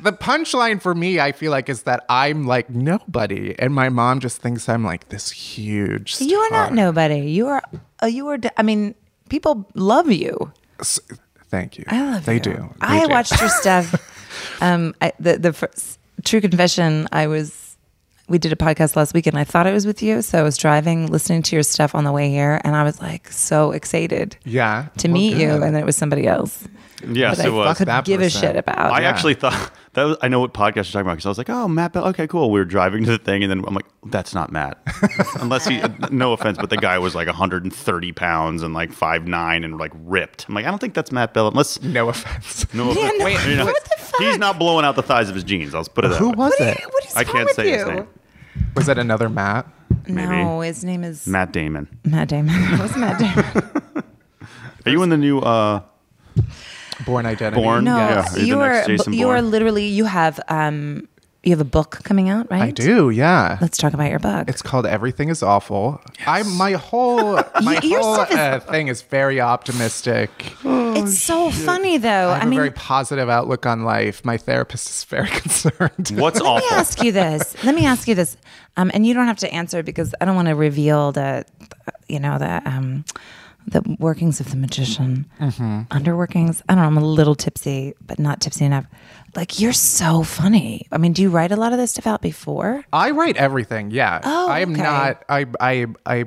S3: the punchline for me, I feel like, is that I'm like nobody, and my mom just thinks I'm like this huge. Star.
S4: You are not nobody. You are. Uh, you are. d- I mean, people love you.
S3: S- Thank you.
S4: I love
S3: they
S4: you.
S3: Do. They
S4: I
S3: do.
S4: watched your
S5: [LAUGHS]
S4: stuff. um, I, the the first, True Confession. I was. We did a podcast last week, and I thought it was with you. So I was driving, listening to your stuff on the way here, and I was like so excited
S3: [LAUGHS] Yeah.
S4: to
S3: Well,
S4: meet you,
S3: good.
S4: and then it was somebody else.
S5: Yes,
S4: that
S5: it
S4: I
S5: was.
S4: could
S3: that
S4: give a
S3: person.
S4: shit about.
S5: I actually thought [LAUGHS] that was, I know what podcast you're talking about because I was like, oh, Matt Bell. Okay, cool. We were driving to the thing, and then I'm like, that's not
S4: [LAUGHS]
S5: Matt. Unless he, no offense, but the guy was like 130 pounds and like 5'9 and like ripped. I'm like, I don't think that's Matt
S4: [LAUGHS]
S5: Bell unless. [LAUGHS]
S3: No offense.
S5: No
S4: Yeah,
S5: offense.
S4: no,
S5: you know,
S4: what the fuck?
S5: He's not blowing out the thighs of his jeans. I'll put it that
S3: Who
S5: way.
S3: was
S4: What,
S3: it?
S4: is- what is
S5: I
S4: wrong
S5: can't
S4: with
S5: say
S4: you?
S5: his name.
S3: Was it another Matt?
S4: No, his name is Matt,
S5: Matt Damon.
S4: Damon. [LAUGHS] It was Matt Damon.
S5: Are you in the new? uh
S3: Born identity.
S5: Born?
S4: No,
S5: Yeah, you're the
S4: you are.
S5: next Jason
S4: You are
S5: Bourne.
S4: literally. You have. Um, you have a book coming out, right?
S3: I do. Yeah.
S4: Let's talk about your book.
S3: It's called Everything is Awful. I my
S4: [LAUGHS]
S3: whole my
S4: your
S3: whole
S4: stuff is-
S3: uh, thing is very optimistic.
S4: It's so
S5: Oh,
S4: funny though.
S3: I
S4: I,
S3: have a
S4: mean,
S3: very positive outlook on life. My therapist is very [LAUGHS] concerned.
S5: What's
S4: let me
S5: awful?
S4: ask you
S5: [LAUGHS]
S4: this. Let me ask you this, um, and you don't have to answer because I don't want to reveal the, you know, the um, the workings of the magician,
S5: Mm-hmm.
S4: underworkings. I don't know. I'm a little tipsy, but not tipsy enough. Like you're so funny. I mean, do you write a lot of this stuff out before?
S3: I write everything. Yeah.
S4: Oh,
S3: I am
S4: okay.
S3: not. I I I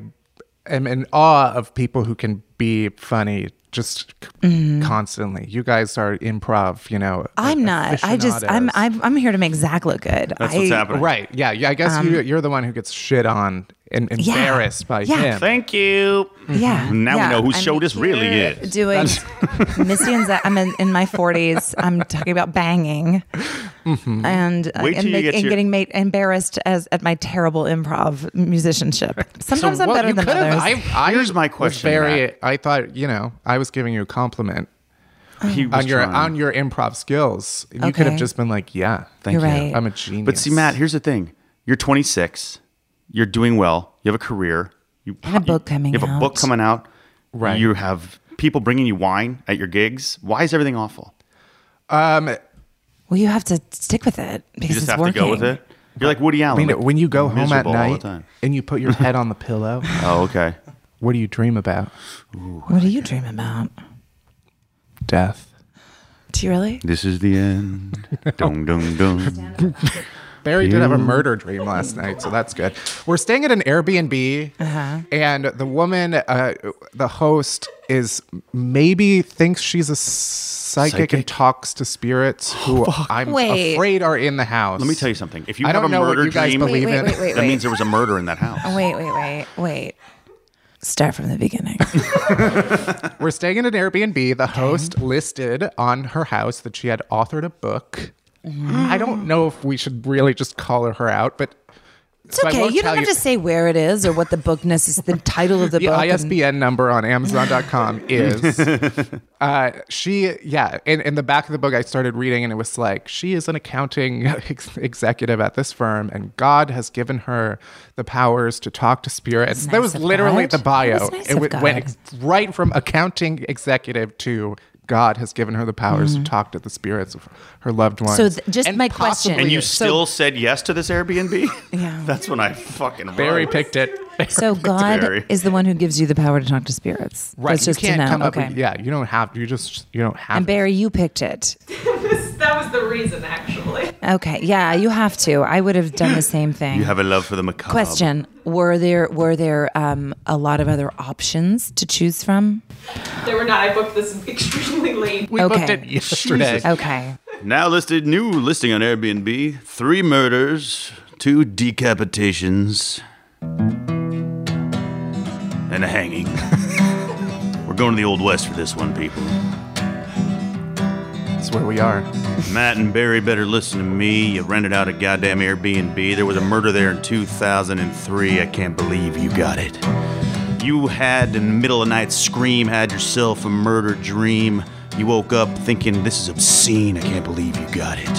S3: am in awe of people who can be funny just c- constantly. You guys are improv. You know.
S4: Mm. I'm not. I just I'm
S3: aficionados.
S4: I'm, I'm here to make Zach look good.
S5: That's what's
S4: I-
S5: happening.
S3: Right. Yeah. Yeah. I guess you, you're the one who gets shit on and embarrassed by
S4: Um, Yeah.
S3: him.
S5: Thank you.
S4: Yeah.
S5: [LAUGHS] Now we
S4: yeah.
S5: know whose show this really
S4: here
S5: is.
S4: Doing [LAUGHS] Misty and Zach. I'm in, in my 40s. I'm talking about banging and, uh,
S5: Mm-hmm. Wait till
S4: and,
S5: you
S4: make-
S5: get
S4: and
S5: your-
S4: getting made embarrassed as at my terrible improv musicianship. Sometimes I'm
S3: Well,
S4: better
S3: you
S4: than
S3: could've-
S4: others.
S3: I, I
S5: Here's my
S3: was
S5: question,
S3: Very.
S5: Matt.
S3: I thought you know I was giving you a compliment
S5: He was
S3: on your
S5: trying.
S3: on your improv skills. You could
S4: Okay.
S3: have just been like, yeah,
S5: Thank
S4: You're
S5: you.
S4: right.
S3: I'm a genius.
S5: But see, Matt, here's the thing: you're 26, you're doing well, you have a career, you
S4: And a book coming
S5: you have a book
S4: out.
S5: coming out,
S3: Right.
S5: You have people bringing you wine at your gigs. Why is everything awful?
S4: well, you have to stick with it because
S5: You just
S4: it's
S5: have
S4: working.
S5: to go with it. You're like Woody
S3: I
S5: Allen.
S3: mean,
S5: like,
S3: when you go home at
S5: miserable all
S3: night
S5: the time.
S3: and you put
S5: [LAUGHS]
S3: your head on the pillow,
S5: Oh, okay.
S3: what do you dream about?
S4: What do you dream about?
S3: Death.
S4: Do you really?
S5: This is the
S3: [LAUGHS]
S5: end. dum dum dum.
S3: Barry did have a murder dream last night, so that's good. We're staying at an Airbnb, and the woman, uh, the host, is maybe thinks she's a psychic, and
S5: Psychic? Oh,
S3: talks to spirits who I'm
S4: Wait.
S3: afraid are in the house.
S5: Let me tell you something. If you
S3: I
S5: have
S3: don't
S5: a
S3: know what
S5: murder
S3: you guys
S5: dream,
S3: believe
S4: Wait, in. wait, wait,
S5: that
S4: wait. Oh,
S5: means there was a murder in that house.
S4: Wait, wait, wait, wait. Start from the
S5: [LAUGHS]
S4: beginning.
S3: We're staying in an Airbnb. The host listed on her house that she had authored a book. I don't know if we should really just call her out, but
S4: It's okay. you don't have to say where it is or what the book necess- the title of the
S3: the
S4: book. and-
S3: ISBN number on
S5: [LAUGHS]
S3: Amazon.com is. Uh, she, yeah, in, in the back of the book, I started reading, and it was like, she is an accounting [LAUGHS] ex- executive at this firm, and God has given her the powers to talk to spirits.
S4: That's
S3: That
S4: nice
S3: was
S4: of
S3: literally
S4: God.
S3: the bio.
S4: That's nice
S3: it
S4: of
S3: w- went
S4: God.
S3: ex- right from accounting executive to. God has given her the powers to talk to the spirits of her loved ones.
S4: Mm-hmm. So th- just
S3: And
S4: my
S3: possibly-
S4: question.
S5: And you
S4: So-
S5: still said yes to this Airbnb?
S4: [LAUGHS] Yeah.
S5: That's when I fucking
S3: Barry
S5: wrote.
S3: picked it.
S4: So God
S5: Very.
S4: is the one who gives you the power to talk to spirits.
S3: right,
S4: That's
S3: you
S4: just
S3: can't
S4: to know.
S3: come up
S4: okay.
S3: with, yeah, you don't have, you just, you don't have
S4: And
S3: to.
S4: Barry, you
S6: [LAUGHS]
S4: picked it.
S6: This- that was the reason, actually.
S4: Okay. Yeah, you have to. I would have
S6: [LAUGHS]
S4: done the same thing.
S5: You have a love for the macabre.
S4: Question: Were there were there um, a lot of other options to choose from?
S6: They were not. I booked this extremely late.
S3: We booked [LAUGHS]
S4: Okay.
S3: it yesterday.
S4: Okay.
S5: Now listed, new listing on Airbnb: three murders, two decapitations, and a hanging. [LAUGHS] We're going to the Old West for this one, people.
S3: That's where we are.
S5: Matt and Barry better listen to me. You rented out a goddamn Airbnb. There was a murder there in 2003. I can't believe you got it. You had in the middle of the night scream, had yourself a murder dream. You woke up thinking, this is obscene. I can't believe you got it.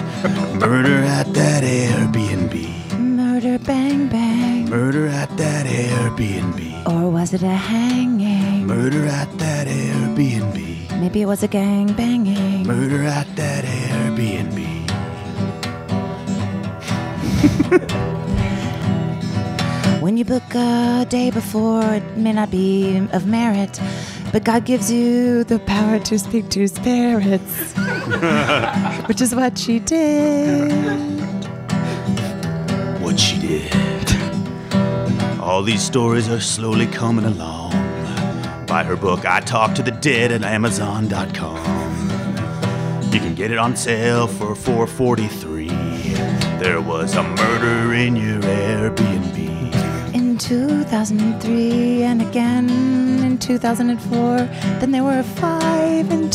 S5: Murder at that Airbnb.
S4: Murder, bang, bang,
S5: Murder at that Airbnb.
S4: or was it a hanging?
S5: Murder at that Airbnb.
S4: Maybe it was a gang banging.
S5: Murder at that Airbnb.
S4: When you book a day before, it may not be of merit, but God gives you the power to speak to spirits, [LAUGHS] which is what she did.
S5: What she did. All these stories are slowly coming along. Buy her book, I Talk to the Dead, at Amazon.com. You can get it on sale for $4.43. There was a murder in your Airbnb.
S4: In 2003, and again in 2004, then there were five in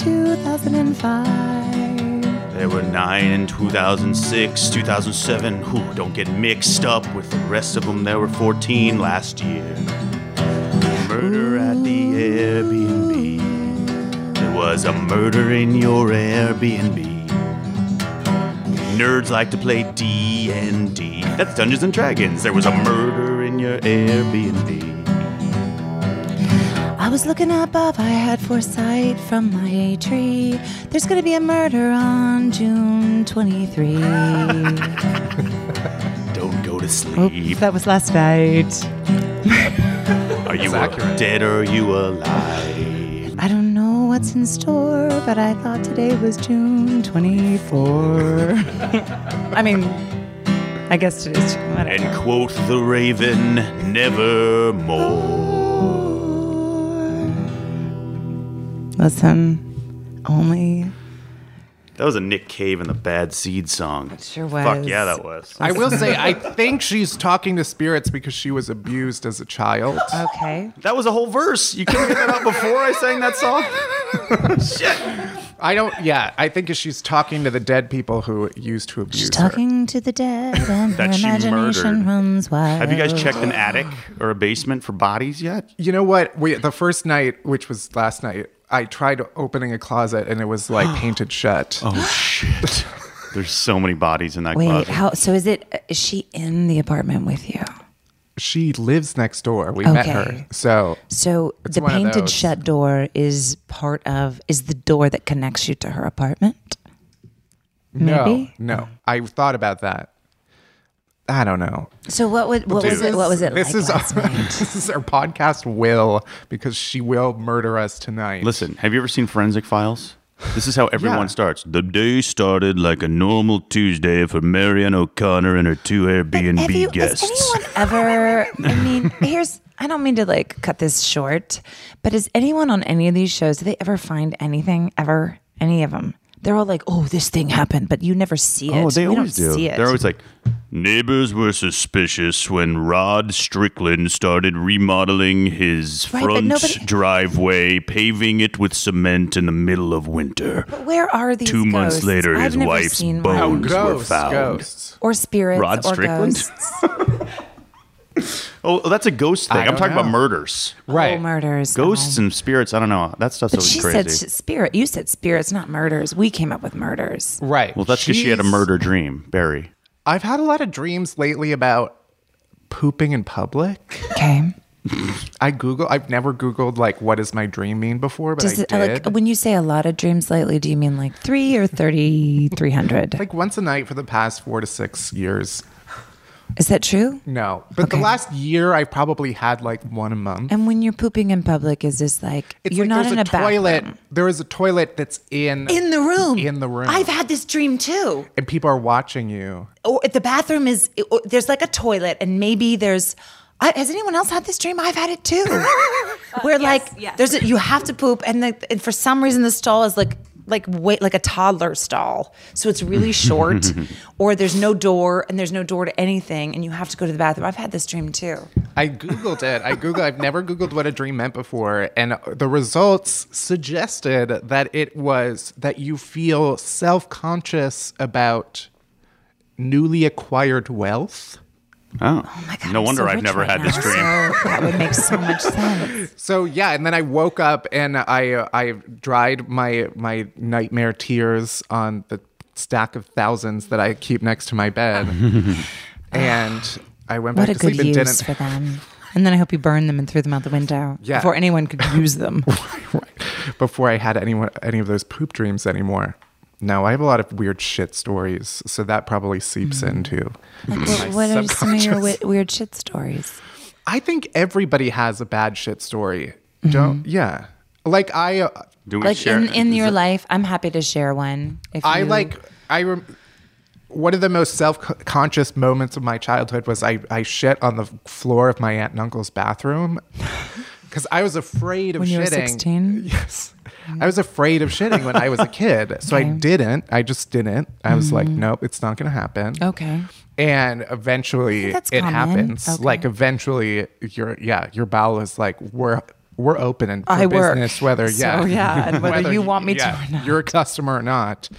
S4: 2005.
S5: There were nine in 2006, 2007. Who don't get mixed up with the rest of them. There were 14 last year. Murder at the Airbnb. There was a murder in your Airbnb. Nerds like to play D and D. That's Dungeons and Dragons. There was a murder in your Airbnb.
S4: I was looking up up, I had foresight from my tree. There's gonna be a murder on June 23.
S5: Don't go to
S4: Oh,
S5: sleep.
S4: that was last night.
S5: Are you dead or are you alive?
S4: I don't know what's in store, but I thought today was June 24. I mean, I guess today's June. Whatever.
S5: And quoth the raven, nevermore.
S4: Listen, only.
S5: That was a Nick Cave and the Bad Seed song. It
S4: sure
S5: Fuck
S4: was.
S5: yeah, that was.
S3: I will say, I think she's talking to spirits because she was abused as a child.
S4: Okay.
S5: That was a whole verse. You couldn't get that out before I sang
S4: [LAUGHS]
S5: that song?
S3: I don't. Yeah, I think she's talking to the dead people who used to abuse
S4: She's
S3: her.
S4: talking to the dead,
S5: [LAUGHS]
S4: and her
S5: That she
S4: imagination
S5: murdered.
S4: runs wild.
S5: Have you guys checked an attic or a basement for bodies yet?
S3: You know what? We the first night, which was last night, I tried opening a closet and it was [GASPS] like painted shut.
S5: Oh, shit. There's so many bodies in that
S4: Wait,
S5: closet.
S4: how? So is it? Is she in the apartment with you?
S3: She lives next door. We met
S4: Okay.
S3: her, so
S4: So
S3: It's
S4: the
S3: one of
S4: painted
S3: those.
S4: shut door is part of is the door that connects you to her apartment. Maybe?
S3: no, no. I thought about that. I don't know.
S4: So what would what was
S3: Dude,
S4: it? What was it?
S3: This
S4: like
S3: is
S4: last
S3: our, [LAUGHS]
S4: night?
S3: this is our podcast. Will because she will murder us tonight.
S5: Listen, have you ever seen Forensic Files? This is how everyone
S3: Yeah.
S5: starts. The day started like a normal Tuesday for Marianne O'Connor and her two Airbnb
S4: Have you,
S5: guests.
S4: Has anyone ever? I mean, here's. I don't mean to like cut this short, but is anyone on any of these shows? Do they ever find anything ever? Any of them? They're all like, "Oh, this thing happened," but you never see it.
S5: Oh, they
S4: We
S5: always
S4: don't
S5: do.
S4: See it.
S5: They're always like, neighbors were suspicious when Rod Strickland started remodeling his
S4: Right, but
S5: front
S4: nobody-
S5: driveway, paving it with cement in the middle of winter.
S4: Where are these?
S5: Two months
S4: ghosts?
S5: later,
S4: I've
S5: his
S4: never
S5: wife's
S4: seen
S3: oh,
S4: one.
S5: bones were
S3: ghosts,
S5: found.
S3: ghosts.
S4: or spirits,
S5: Rod
S4: or
S5: Strickland?
S3: [LAUGHS]
S4: ghosts,
S5: Oh, that's a ghost thing.
S3: I
S5: I'm
S3: don't
S5: talking about
S3: know.
S5: murders.
S3: Right.
S4: or murders,
S5: Ghosts
S4: Oh.
S5: and spirits, I don't know. That stuff's
S4: But
S5: always
S4: she
S5: crazy.
S4: said said spirit. You said spirits, not murders. We came up with murders.
S3: Right.
S5: well, that's because she had a
S3: She's-
S5: murder dream, Barry.
S3: I've had a lot of dreams lately about pooping in public.
S4: Okay.
S3: I Google. I've never Googled like what does my dream mean before, but
S4: Does
S3: I
S4: it,
S3: did.
S4: like when you say a lot of dreams lately, do you mean like three or thirty three hundred?
S3: like once a night for the past four to six years.
S4: Is that true?
S3: No, but the
S4: Okay.
S3: last year I probably had like one a month.
S4: And when you're pooping in public, is this like
S3: It's
S4: you're
S3: like
S4: not
S3: there's
S4: in
S3: a,
S4: a,
S3: toilet.
S4: bathroom?
S3: There is a toilet that's in
S4: in the room?
S3: In the room.
S4: I've had this dream too.
S3: and people are watching you.
S4: Or the bathroom is or there's like a toilet, and maybe there's. I, has anyone else had this dream? I've had it
S5: [LAUGHS]
S4: too.
S5: Uh,
S4: Where like
S7: yes.
S4: there's a, you have to poop, and, the, and for some reason the stall is like like wait like a toddler stall, so it's
S5: [LAUGHS]
S4: really short, or there's no door and there's no door to anything, and you have to go to the bathroom. I've had this dream too.
S3: I googled it. I googled. I've never googled what a dream meant before, and the results suggested that it was that you feel self-conscious about newly acquired wealth.
S5: Oh,
S4: my God,
S5: no
S4: I'm
S5: wonder
S4: so
S5: I've
S4: rich
S5: never
S4: right
S5: had this
S4: now.
S5: dream.
S4: So that would make so
S5: [LAUGHS]
S4: much sense.
S3: So yeah, and then I woke up and I I dried my my nightmare tears on the stack of thousands that I keep next to my
S4: [LAUGHS]
S3: bed, and I went
S4: What
S3: back to
S4: a
S3: sleep
S4: good
S3: and
S4: use
S3: didn't.
S4: for them. And then I hope you burned them and threw them out the window
S3: Yeah.
S4: before
S5: [LAUGHS]
S4: anyone could use them.
S3: [LAUGHS] before I had anyone any of those poop dreams anymore. No, I have a lot of weird shit stories, so that probably seeps into.
S4: What, what are some of your wi- weird shit stories?
S3: I think everybody has a bad shit story. Don't yeah. Like I, uh,
S5: Do we
S4: Like
S5: share?
S4: in, in
S5: is
S4: your
S5: it-
S4: life, I'm happy to share one. If
S3: I
S4: you-
S3: like I. Rem- one of the most self-conscious moments of my childhood was I, I shit on the floor of my aunt and uncle's
S4: [LAUGHS]
S3: bathroom because I was afraid of
S4: When
S3: shitting. [LAUGHS]
S4: you were Mm-hmm. 16?
S3: Yes. I was afraid of shitting when I was a kid. So I didn't. I just didn't. I was like, nope, it's not going to happen.
S4: Mm-hmm. Okay.
S3: and eventually
S4: that's
S3: it
S4: common.
S3: happens
S4: Okay.
S3: like eventually your yeah your bowel is like we're we're open and for
S4: I work,
S3: business whether
S4: so,
S3: yeah [LAUGHS]
S4: yeah, and whether you want me to or not.
S3: you're a customer or not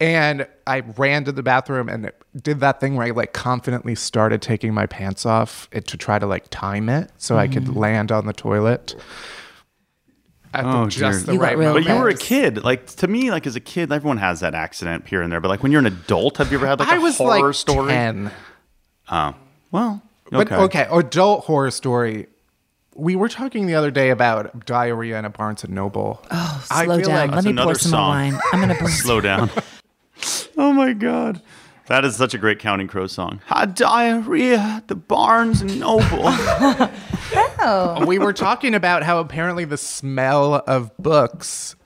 S3: and i ran to the bathroom and did that thing where i like confidently started taking my pants off it, to try to like time it so i could
S4: Mm.
S3: land on the toilet at the-
S5: Oh,
S3: just
S5: dear.
S3: the
S4: You got
S3: right
S4: real
S3: moment
S5: But you were a
S4: Yes.
S5: kid. Like to me, like as a kid, everyone has that accident here and there. But like when you're an adult, have you ever had like a
S3: i was
S5: horror
S3: like
S5: story?
S3: 10
S5: Oh, well, okay.
S3: But okay, adult horror story. We were talking the other day about diarrhea in a Barnes and Noble. Oh,
S4: Slow down. Let me
S5: another
S4: pour some
S5: song.
S4: wine. I'm gonna pour.
S5: [LAUGHS] Slow down. oh my god. That is such a great Counting Crow song. Had diarrhea at the Barnes and Noble.
S3: we were talking about how apparently the smell of books,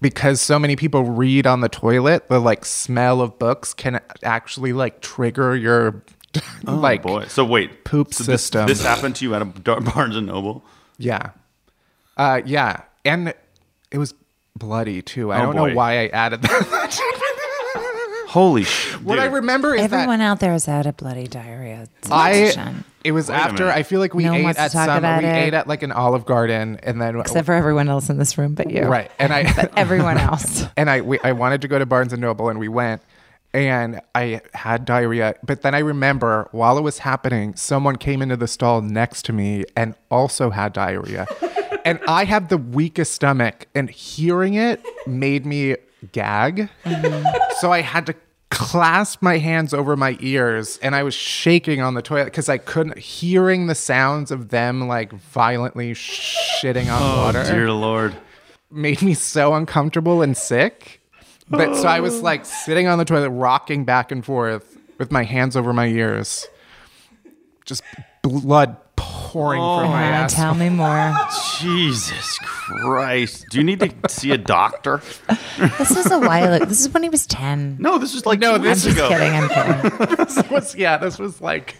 S3: because so many people read on the toilet, the like smell of books can actually like trigger your [LAUGHS] like
S5: Oh, Boy, so [LAUGHS] wait,
S3: Poop
S5: so
S3: system.
S5: This, this happened to you at a Dar- Barnes and Noble.
S3: Yeah. Uh, yeah. And it was bloody too. I
S5: Oh,
S3: don't
S5: boy.
S3: know why I added that. [LAUGHS]
S5: Holy sh!
S3: what I
S5: dude.
S3: remember is that
S4: Everyone out there has had a bloody diarrhea. It's not a
S3: I
S4: shame.
S3: it was after
S5: minute.
S3: I feel like we
S4: No one
S3: ate
S4: wants to
S3: at
S4: talk
S3: some we
S4: about it.
S3: ate at like an Olive Garden and then
S4: except for everyone else in this room, but you.
S3: right and I [LAUGHS]
S4: Everyone else.
S3: and I we, I wanted to go to Barnes and Noble and we went and I had diarrhea but then I remember while it was happening someone came into the stall next to me and also had diarrhea and I have the weakest stomach and hearing it made me gag so I had to clasp my hands over my ears and I was shaking on the toilet because I couldn't hearing the sounds of them like violently shitting on water
S5: Dear Lord.
S3: made me so uncomfortable and sick. But so I
S5: Oh.
S3: was like sitting on the toilet, rocking back and forth with my hands over my ears, just blood pouring from Oh,
S5: Oh.
S3: my
S4: Uh,
S3: ass.
S4: tell me more.
S5: Jesus Christ. Do you need to see a doctor?
S4: This was a while. ago. This is when he was ten.
S5: No, this is like
S3: No,
S5: two
S4: I'm
S5: weeks
S4: just
S5: ago.
S4: kidding. I'm kidding.
S5: [LAUGHS]
S3: this was yeah, this was like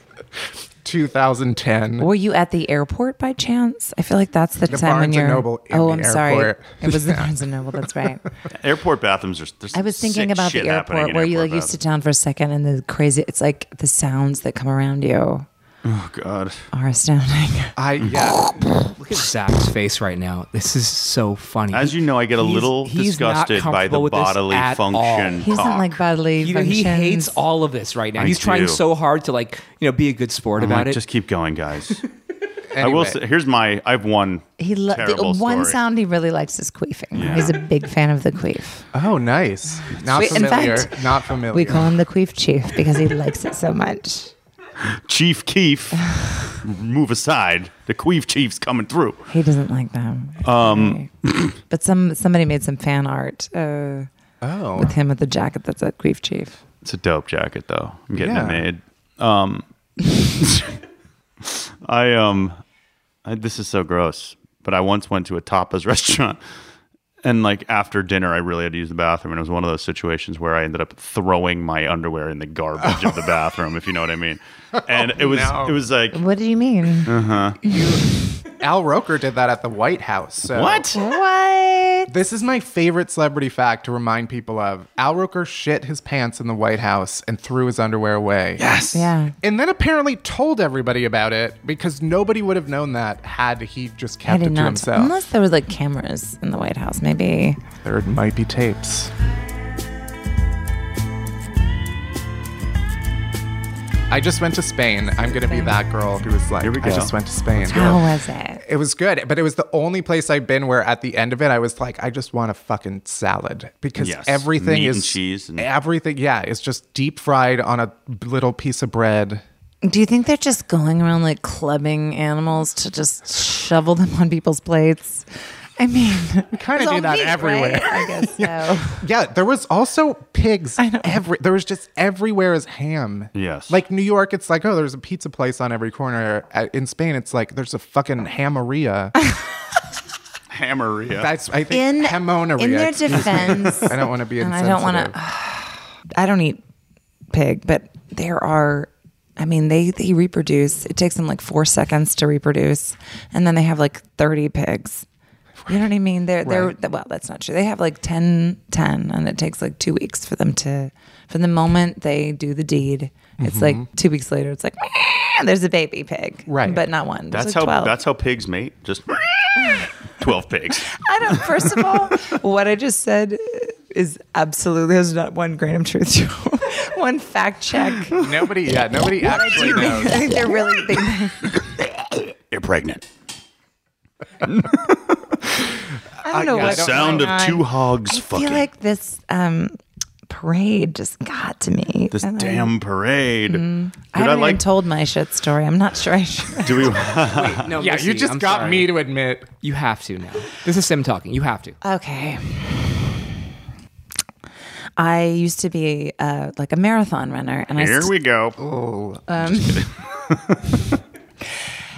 S3: 2010.
S4: Were you at the airport by chance? I feel like that's the, time when
S3: Barnes and
S4: you're.
S3: Noble in
S4: oh,
S3: the
S4: I'm
S3: airport.
S4: sorry.
S3: [LAUGHS]
S4: It was the Barnes and Noble. That's right.
S5: Airport bathrooms are. there's
S4: I was
S5: some
S4: thinking
S5: sick
S4: about
S5: shit
S4: the
S5: happening
S4: airport
S5: in
S4: where you like
S5: airport
S4: you sit down for a second and the crazy. It's like the sounds that come around you
S5: bathrooms. Oh, God.
S4: are astounding. [LAUGHS]
S3: I yeah,
S8: Look at Zach's face right now. This is so funny.
S5: As you know, I get a
S8: He's-
S5: little
S8: he's not
S5: disgusted by the
S8: comfortable with this
S5: bodily
S8: at all.
S5: function.
S4: He doesn't
S5: talk.
S4: like bodily
S8: He,
S4: functions.
S8: he hates all of this right now.
S5: I
S8: He's trying
S5: do.
S8: so hard to like, you know, be a good sport
S5: I'm like,
S8: about it.
S5: Just keep going, guys. I
S3: anyway,
S5: will say, here's my. I have one.
S4: He lo-
S5: terrible
S4: the uh, one
S5: story.
S4: sound he really likes is queefing.
S5: Yeah.
S4: He's a
S5: [LAUGHS]
S4: big fan of the queef.
S3: Oh, nice. Not
S4: Wait, in
S3: familiar.
S4: fact,
S3: Not
S5: Oh,
S3: familiar.
S4: We call him the queef chief because he likes it so much.
S5: Chief Keef,
S4: [SIGHS]
S5: move aside. The Queef Chief's coming through.
S4: He doesn't like them. Um,
S5: [CLEARS THROAT]
S4: but some somebody made some fan art uh,
S3: oh,
S4: with him with the jacket that said queef chief.
S5: It's a dope jacket, though. I'm getting
S3: Yeah.
S5: it made. Um, [LAUGHS] I um, I, this is so gross. But I once went to a tapas [LAUGHS] restaurant, and like after dinner, I really had to use the bathroom, and it was one of those situations where I ended up throwing my underwear in the garbage of the bathroom, if you know what I mean. And
S4: [LAUGHS]
S5: it was
S3: no.
S5: it was like
S4: What do you mean?
S3: Al Roker did that at the White House. So.
S5: what?
S4: what?
S3: This is my favorite celebrity fact to remind people of. Al Roker shit his pants in the White House and threw his underwear away.
S5: Yes.
S4: Yeah.
S3: And then apparently told everybody about it because nobody would have known that had he just
S4: I
S3: kept
S4: did
S3: it to
S4: not.
S3: himself.
S4: Unless there was like cameras in the White House, maybe.
S3: there might be tapes. I just went to Spain. I'm going to be that girl who was like,
S5: we
S3: I
S5: go.
S3: just went to Spain.
S4: How was it?
S3: It was good, but it was the only place I've been where at the end of it I was like, I just want a fucking salad because
S5: Yes.
S3: everything
S5: Meat
S3: is
S5: and cheese and-
S3: everything. Yeah, it's just deep fried on a little piece of bread.
S4: Do you think they're just going around like clubbing animals to just shovel them on people's plates? I mean,
S3: We kind of do that everywhere.
S4: I guess so.
S3: [LAUGHS] Yeah, there was also pigs. Every there was just everywhere is ham.
S5: Yes.
S3: like New York, it's like oh, there's a pizza place on every corner. Uh, In Spain, it's like there's a fucking hammeria.
S2: Hammeria.
S3: That's I think
S4: In
S3: hamoneria.
S4: in their
S3: Excuse me.
S4: defense,
S3: I don't want to be
S4: and I
S3: insensitive.
S4: don't want to. I don't eat pig, but there are. I mean, they they reproduce. It takes them like four seconds to reproduce, and then they have like thirty pigs. You know what I mean? They're they're
S3: Right.
S4: well, that's not true. They have like 10, 10, and it takes like two weeks for them to. From the moment they do the deed, it's
S2: Mm-hmm.
S4: like two weeks later. It's like "Meow," there's a baby pig,
S3: Right.
S4: But not one. There's,
S2: That's
S4: like,
S2: how
S4: 12.
S2: that's how pigs mate.
S5: [LAUGHS]
S2: Just twelve pigs.
S4: I don't. First of all,
S2: [LAUGHS]
S4: what I just said is absolutely has not one grain of truth to [LAUGHS] it. one fact check.
S3: Nobody,
S4: [LAUGHS]
S3: yeah, nobody actually
S4: I
S3: knows.
S4: think they're really big. I
S5: You're pregnant.
S4: don't know
S3: I
S4: what
S3: don't
S5: Sound
S4: going
S5: of
S4: on.
S5: two hogs
S4: I
S5: fucking.
S4: feel like this um, parade just got to me.
S5: this
S4: And I-
S5: damn parade.
S4: I
S5: Dude, I
S4: haven't
S5: like.
S4: even told my shit story. I'm not sure I should.
S5: do we?
S3: [LAUGHS]
S8: No,
S3: Yeah, you
S8: Missy,
S3: just
S8: I'm
S3: got
S8: sorry.
S3: me to admit.
S8: You have to now. This is Sim talking. You have to.
S4: Okay. I used to be uh, like a marathon runner, and I
S2: Here
S4: st-
S2: we go.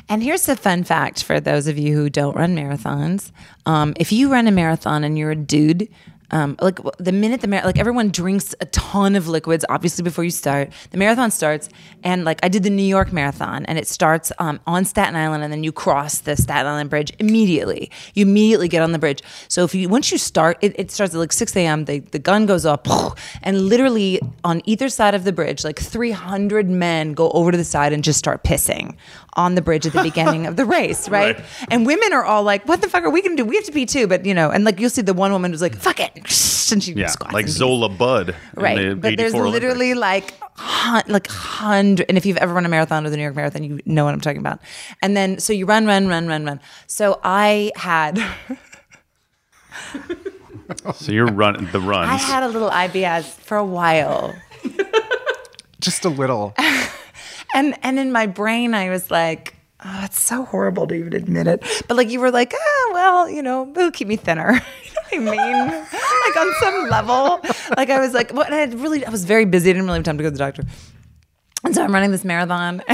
S4: And here's a fun fact for those of you who don't run marathons. Um, if you run a marathon and you're a dude, um, like w- the minute the mar- like everyone drinks a ton of liquids obviously before you start. The marathon starts, and like I did the New York Marathon, and it starts um, on Staten Island, and then you cross the Staten Island Bridge immediately. You immediately get on the bridge. So if you once you start, it, it starts at like 6 a.m. The the gun goes up, [SNIFFS] and literally on either side of the bridge, like 300 men go over to the side and just start pissing on the bridge at the beginning
S2: [LAUGHS]
S4: of the race, right? And women are all like, "What the fuck are we gonna do? We have to pee too." But you know, and like you'll see the one woman who's like, "Fuck it," [LAUGHS] and she
S2: Yeah,
S4: squats
S2: like
S4: and pees.
S2: Zola Bud. in the
S4: Right, but there's
S2: 84 Olympics.
S4: literally like hun- like hundred. And if you've ever run a marathon or the New York Marathon, you know what I'm talking about. And then so you run, run, run, run, run. So I had [LAUGHS]
S2: So you're running the runs.
S4: I had a little IBS for a while.
S3: Just a
S4: [LAUGHS]
S3: little.
S4: Oh, and and in my brain I was like, oh, it's so horrible to even admit it. But like you were like, ah, well, you know, it'll keep me thinner. [LAUGHS] you know what I mean? like on some level, like I was like, what? I had really, I was very busy. I didn't really have time to go to the doctor. And so I'm running this marathon. [LAUGHS]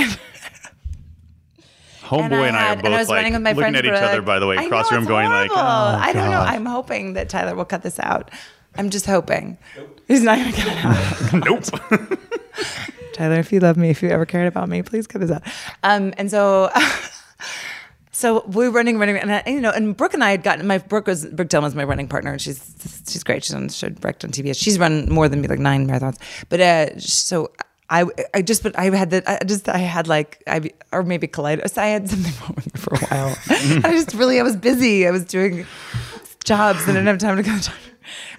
S2: Homeboy Oh, and I,
S4: had-
S2: are both
S4: I was
S2: like
S4: running with my
S2: looking
S4: friends,
S2: at each
S4: we're
S2: other.
S4: like,
S2: by the way,
S4: I
S2: across
S4: know,
S2: the room,
S4: it's
S2: going
S4: horrible.
S2: like, "Oh,
S4: I don't know. I'm hoping that Tyler will cut this out. I'm just hoping. He's not gonna cut it out.
S2: "Oh,
S4: [LAUGHS] nope. Tyler, if you love me, if you ever cared about me, please cut this out. Um, and so. [LAUGHS] So we're running, running, and I, you know, and Brooke and I had gotten my Brooke was Brooke Dillon was my running partner, and she's she's great. She's on the show Wrecked on TBS. She's run more than me, like nine marathons. But uh, so I, I just, but I had the, I just, I had like, I or maybe colitis. I had something [LAUGHS] wrong with me for a while. And I just really, I was busy. I was doing jobs and I didn't have time to go to the doctor.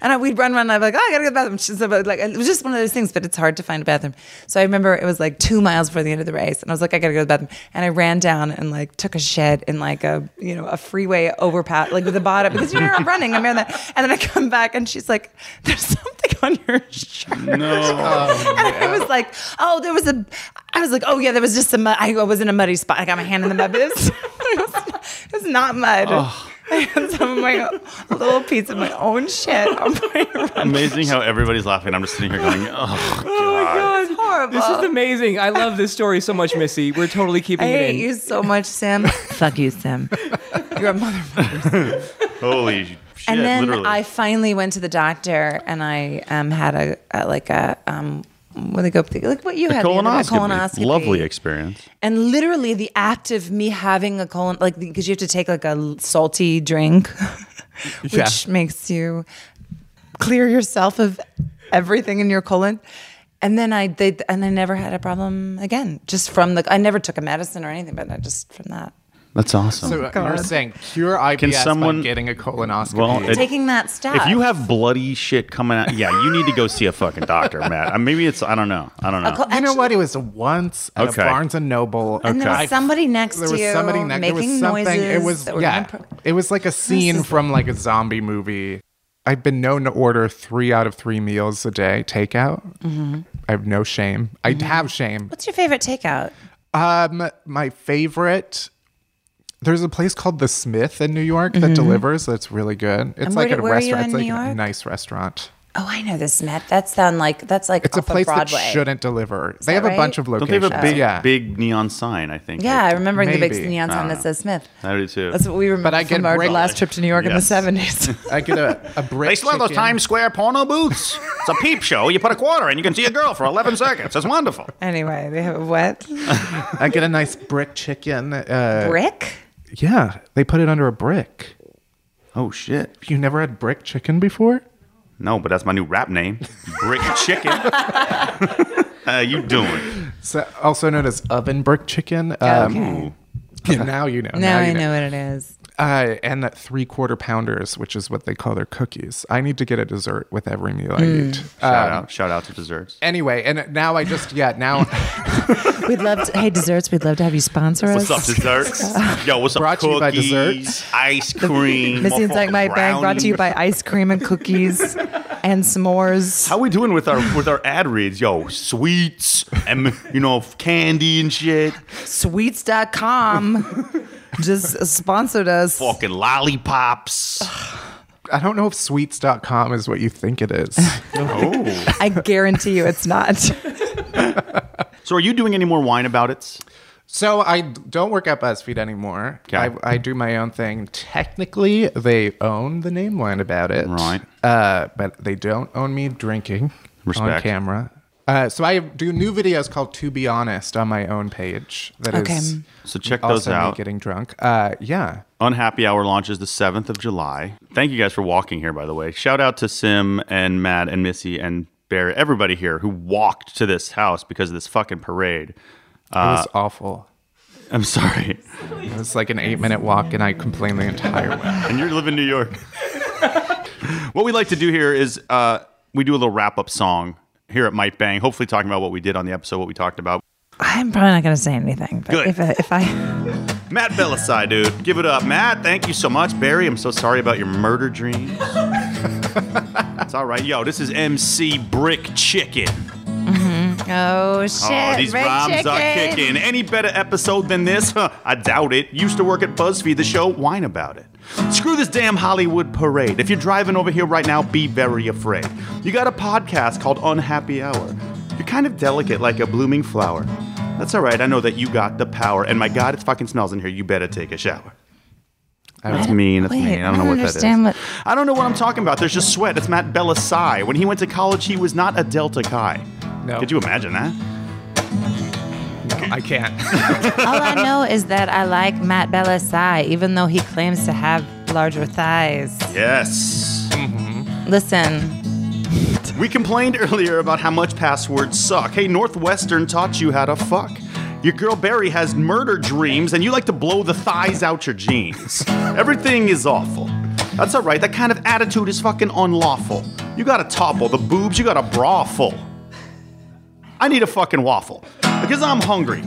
S4: And I, we'd run, run. And I'd be like, oh, I gotta go to the bathroom. She's like, like, it was just one of those things, but it's hard to find a bathroom. So I remember it was like two miles before the end of the race, and I was like, I gotta go to the bathroom. And I ran down and like took a shit in like a you know a freeway overpass, like with the bottom because you're not running. I'm that. And then I come back and she's like, there's something on your shirt. Oh. [LAUGHS] and I was like, oh, there was a. I was like, oh yeah, there was just some. mud- I was in a muddy spot. I got my hand in the mud, but it was, [LAUGHS] it was, not, it was not mud. [LAUGHS] I had some of my a little piece of my own shit on my run.
S2: amazing how everybody's laughing. I'm just sitting here going, oh, God.
S4: [LAUGHS] It's horrible.
S8: This is amazing. I love this story so much, Missy. We're totally keeping
S4: Uh. I
S8: it in.
S4: hate you so much, Sam. Fuck you, Sam. You're a motherfucker.
S2: holy shit!
S4: and then
S2: literally,
S4: I finally went to the doctor, and I um, had a, a like a um, what do they go like what you had the other day,
S2: colonoscopy.
S4: colonoscopy.
S2: lovely experience.
S4: And literally, the act of me having a colon, like, because you have to take like a l- salty drink,
S3: [LAUGHS]
S4: which
S3: Yeah.
S4: makes you clear yourself of everything in your colon. And then I did, and I never had a problem again. Just from the, I never took a medicine or anything, but I just from that
S2: That's awesome.
S3: So you're saying cure IBS
S2: someone-
S3: by getting a colonoscopy?
S2: Well, it-
S4: taking that stuff.
S2: if you have bloody shit coming out, yeah, you need to go see a fucking
S4: [LAUGHS]
S2: doctor, Matt. Uh, Maybe it's I don't know. I don't know.
S4: col-
S3: you know
S4: actually-
S3: what? It was once at
S2: Okay.
S3: a Barnes and Noble.
S4: and there
S2: Okay.
S4: was somebody next
S3: There
S4: to
S3: was
S4: you
S3: somebody next. There
S4: making
S3: was something.
S4: noises.
S3: It was
S4: that were
S3: yeah.
S4: impro-
S3: It was like a scene
S4: is-
S3: from like a zombie movie. I've been known to order three out of three meals a day takeout.
S4: Mm-hmm.
S3: I have no shame. I have shame.
S4: What's your favorite takeout?
S3: Um, my favorite. There's a place called The Smith in New York that delivers. That's really good. It's
S4: Mm-hmm. And where
S3: like
S4: do-
S3: a
S4: where are you
S3: restaurant.
S4: in
S3: it's
S4: New
S3: like a
S4: York?
S3: nice restaurant.
S4: Oh, I know this, Matt. That's on like that's like
S3: It's
S4: off
S3: a place
S4: of
S3: that
S4: Broadway.
S3: shouldn't deliver. they
S4: that
S3: have a bunch
S4: right?
S3: of
S5: Don't
S3: locations.
S5: they have a big,
S3: yeah.
S5: big neon sign? I think.
S4: yeah,
S5: I,
S4: I remember the big
S3: Maybe. Uh,
S4: neon sign
S5: know.
S4: that says Smith.
S5: I do too.
S4: That's what we remember
S3: I get
S4: from our
S3: break-
S4: last trip to New York in the
S5: Yes.
S4: seventies.
S3: I get
S5: [LAUGHS]
S3: a, a brick.
S5: They still have those
S3: chicken.
S5: Times Square porno booths. It's a peep show. You put a quarter in, you can see a girl for 11 seconds. It's wonderful.
S4: anyway, they have what
S3: I get a nice brick chicken. Uh,
S4: brick?
S3: yeah, they put it under a brick.
S5: Oh, shit.
S3: You never had brick chicken before?
S5: No, but that's my new rap name
S3: [LAUGHS]
S5: Brick Chicken. How you doing?
S3: So, also known as oven brick chicken. Um,
S4: okay.
S3: yeah, now you know.
S4: Now I know what it is.
S3: Uh, and that three quarter pounders, which is what they call their cookies. I need to get a dessert with every meal I eat. Uh,
S5: Shout out. Shout out to desserts.
S3: anyway, and now I just yeah [LAUGHS] now
S4: We'd love to. Hey, desserts. We'd love to have you sponsor us.
S5: What's up, desserts? [LAUGHS] Yo, what's
S3: Brought
S5: up,
S3: to you by
S5: cookies,
S3: desserts.
S5: ice cream,
S4: This seems like my bag brought to you by ice cream and cookies and s'mores.
S5: How we doing with our with our ad reads? Yo, sweets and you know candy and shit.
S4: Sweets.com just sponsored us.
S5: Fucking lollipops.
S3: I don't know if sweets.com is what you think it [LAUGHS] is.
S5: Oh.
S4: I guarantee you it's not.
S5: So are you doing any more wine about it?
S3: so I d- don't work at BuzzFeed anymore.
S5: Okay.
S3: I, I do my own thing. Technically, they own the name line about it.
S5: Right.
S3: Uh, but they don't own me drinking on
S5: Respect.
S3: camera. Uh, so I do new videos called To Be Honest on my own page. That is
S4: Okay.
S5: So check those
S3: also
S5: out.
S3: me getting drunk. Uh, yeah.
S5: Unhappy Hour launches the 7th of July. Thank you guys for walking here, by the way. Shout out to Sim and Matt and Missy and Barrett, everybody here who walked to this house because of this fucking parade.
S3: it
S5: Uh,
S3: was awful.
S5: I'm sorry.
S3: It was like an eight minute walk, and I complained the entire way.
S5: [LAUGHS] And you're living in New York. [LAUGHS] what we like to do here is uh, we do a little wrap up song here at Might Bang, hopefully talking about what we did on the episode, what we talked about.
S4: I'm probably not going to say anything. But
S5: Good.
S4: If, I, if I,
S5: Matt Belisai, dude. Give it up. Matt, thank you so much. Barry, I'm so sorry about your murder dreams. [LAUGHS] it's all right. Yo, this is MC Brick Chicken.
S4: oh shit,
S5: Oh, these
S4: red
S5: rhymes
S4: chicken.
S5: are kicking. Any better episode than this? Huh, I doubt it. Used to work at BuzzFeed, the show, whine about it. Screw this damn Hollywood parade. If you're driving over here right now, be very afraid. You got a podcast called Unhappy Hour. You're kind of delicate like a blooming flower. That's all right. I know that you got the power. And my God, it fucking smells in here. You better take a shower. That's mean. That's
S4: wait,
S5: mean. I
S4: I
S5: don't know
S4: don't
S5: what that is.
S4: understand what-
S5: I don't know what I'm talking about. There's just sweat. It's Matt Belisai. When he went to college, he was not a Delta Chi.
S3: No.
S5: Could you imagine that?
S3: I
S5: [LAUGHS]
S3: can't.
S4: All I know is that I like Matt Bellassai, even though he claims to have larger thighs.
S5: Yes.
S4: Listen,
S5: We complained [LAUGHS] earlier about how much passwords suck. Hey, Northwestern taught you how to fuck. Your girl Barry has murder dreams, and you like to blow the thighs out your jeans. [LAUGHS] Everything is awful. That's all right. That kind of attitude is fucking unlawful. You gotta topple the boobs. You gotta bra full. I need a fucking waffle because I'm hungry.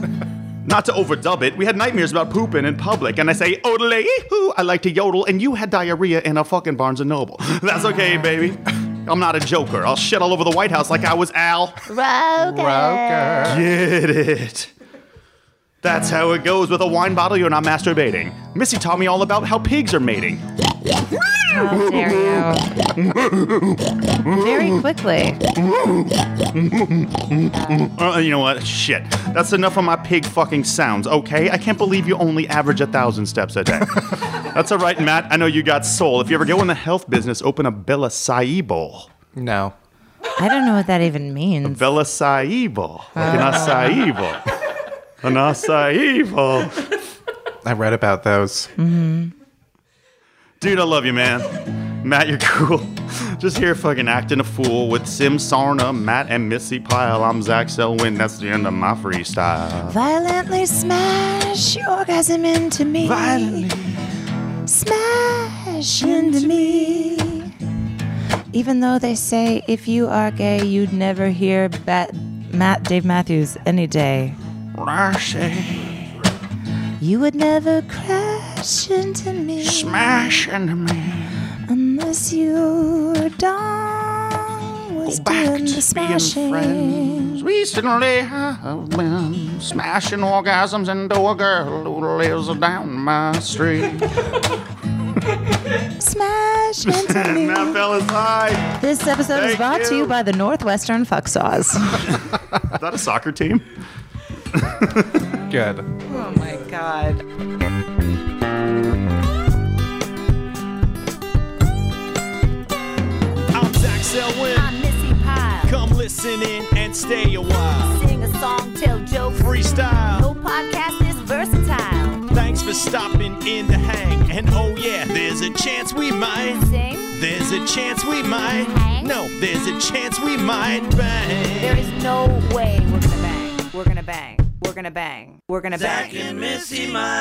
S5: Not to overdub it, we had nightmares about pooping in public, and I say odele hoo. I like to yodel, and you had diarrhea in a fucking Barnes and Noble. [LAUGHS] That's okay, baby. I'm not a joker. I'll shit all over the White House like I was Al. [LAUGHS]
S3: Roker.
S5: Get it. That's how it goes with a wine bottle. You're not masturbating. Missy taught me all about how pigs are mating.
S4: how dare you? Very quickly.
S5: Uh, you know what? Shit. That's enough of my pig fucking sounds, okay? I can't believe you only average a thousand steps a day. That's all right, Matt. I know you got soul. If you ever go in the health business, open a Bella Sai bowl.
S3: No.
S4: I don't know what that even means.
S5: Bella Sai bowl. Like an acai bowl. An acai bowl.
S3: I read about those.
S5: Dude, I love you, man. Matt, you're cool. Just here fucking acting a fool with Sim Sarna, Matt, and Missy Pyle. I'm Zach Selwyn. That's the end of my freestyle.
S4: Violently smash your orgasm into me. Smash into me. Even though they say if you are gay, you'd never hear Bat- Matt Dave Matthews any day.
S5: Rashie,
S4: You would never crash into me
S5: Smash into me.
S4: unless your dong was
S5: Go back
S4: doing
S5: to
S4: the
S5: being
S4: smashing.
S5: friends. Recently, I've been smashing orgasms into a girl who lives down my street.
S4: Smash
S5: [LAUGHS]
S4: into me.
S5: now, fellas, hi.
S4: This episode
S5: Thank
S4: is brought to
S5: you.
S4: you by the Northwestern Fuck Saws.
S5: Is that a soccer team?
S3: Good.
S4: oh my god.
S9: I'm Zach Selwyn.
S10: I'm Missy Pyle.
S9: Come listen in and stay a while.
S10: Sing a song, tell jokes.
S9: Freestyle.
S10: No podcast is versatile.
S9: Thanks for stopping in to hang. And oh yeah, there's a chance we might.
S10: Sing.
S9: There's a chance we might.
S10: Hang?
S9: No, there's a chance we might bang.
S10: There is no way we're gonna bang. We're gonna bang. We're gonna bang. We're gonna bang.
S9: Missy might.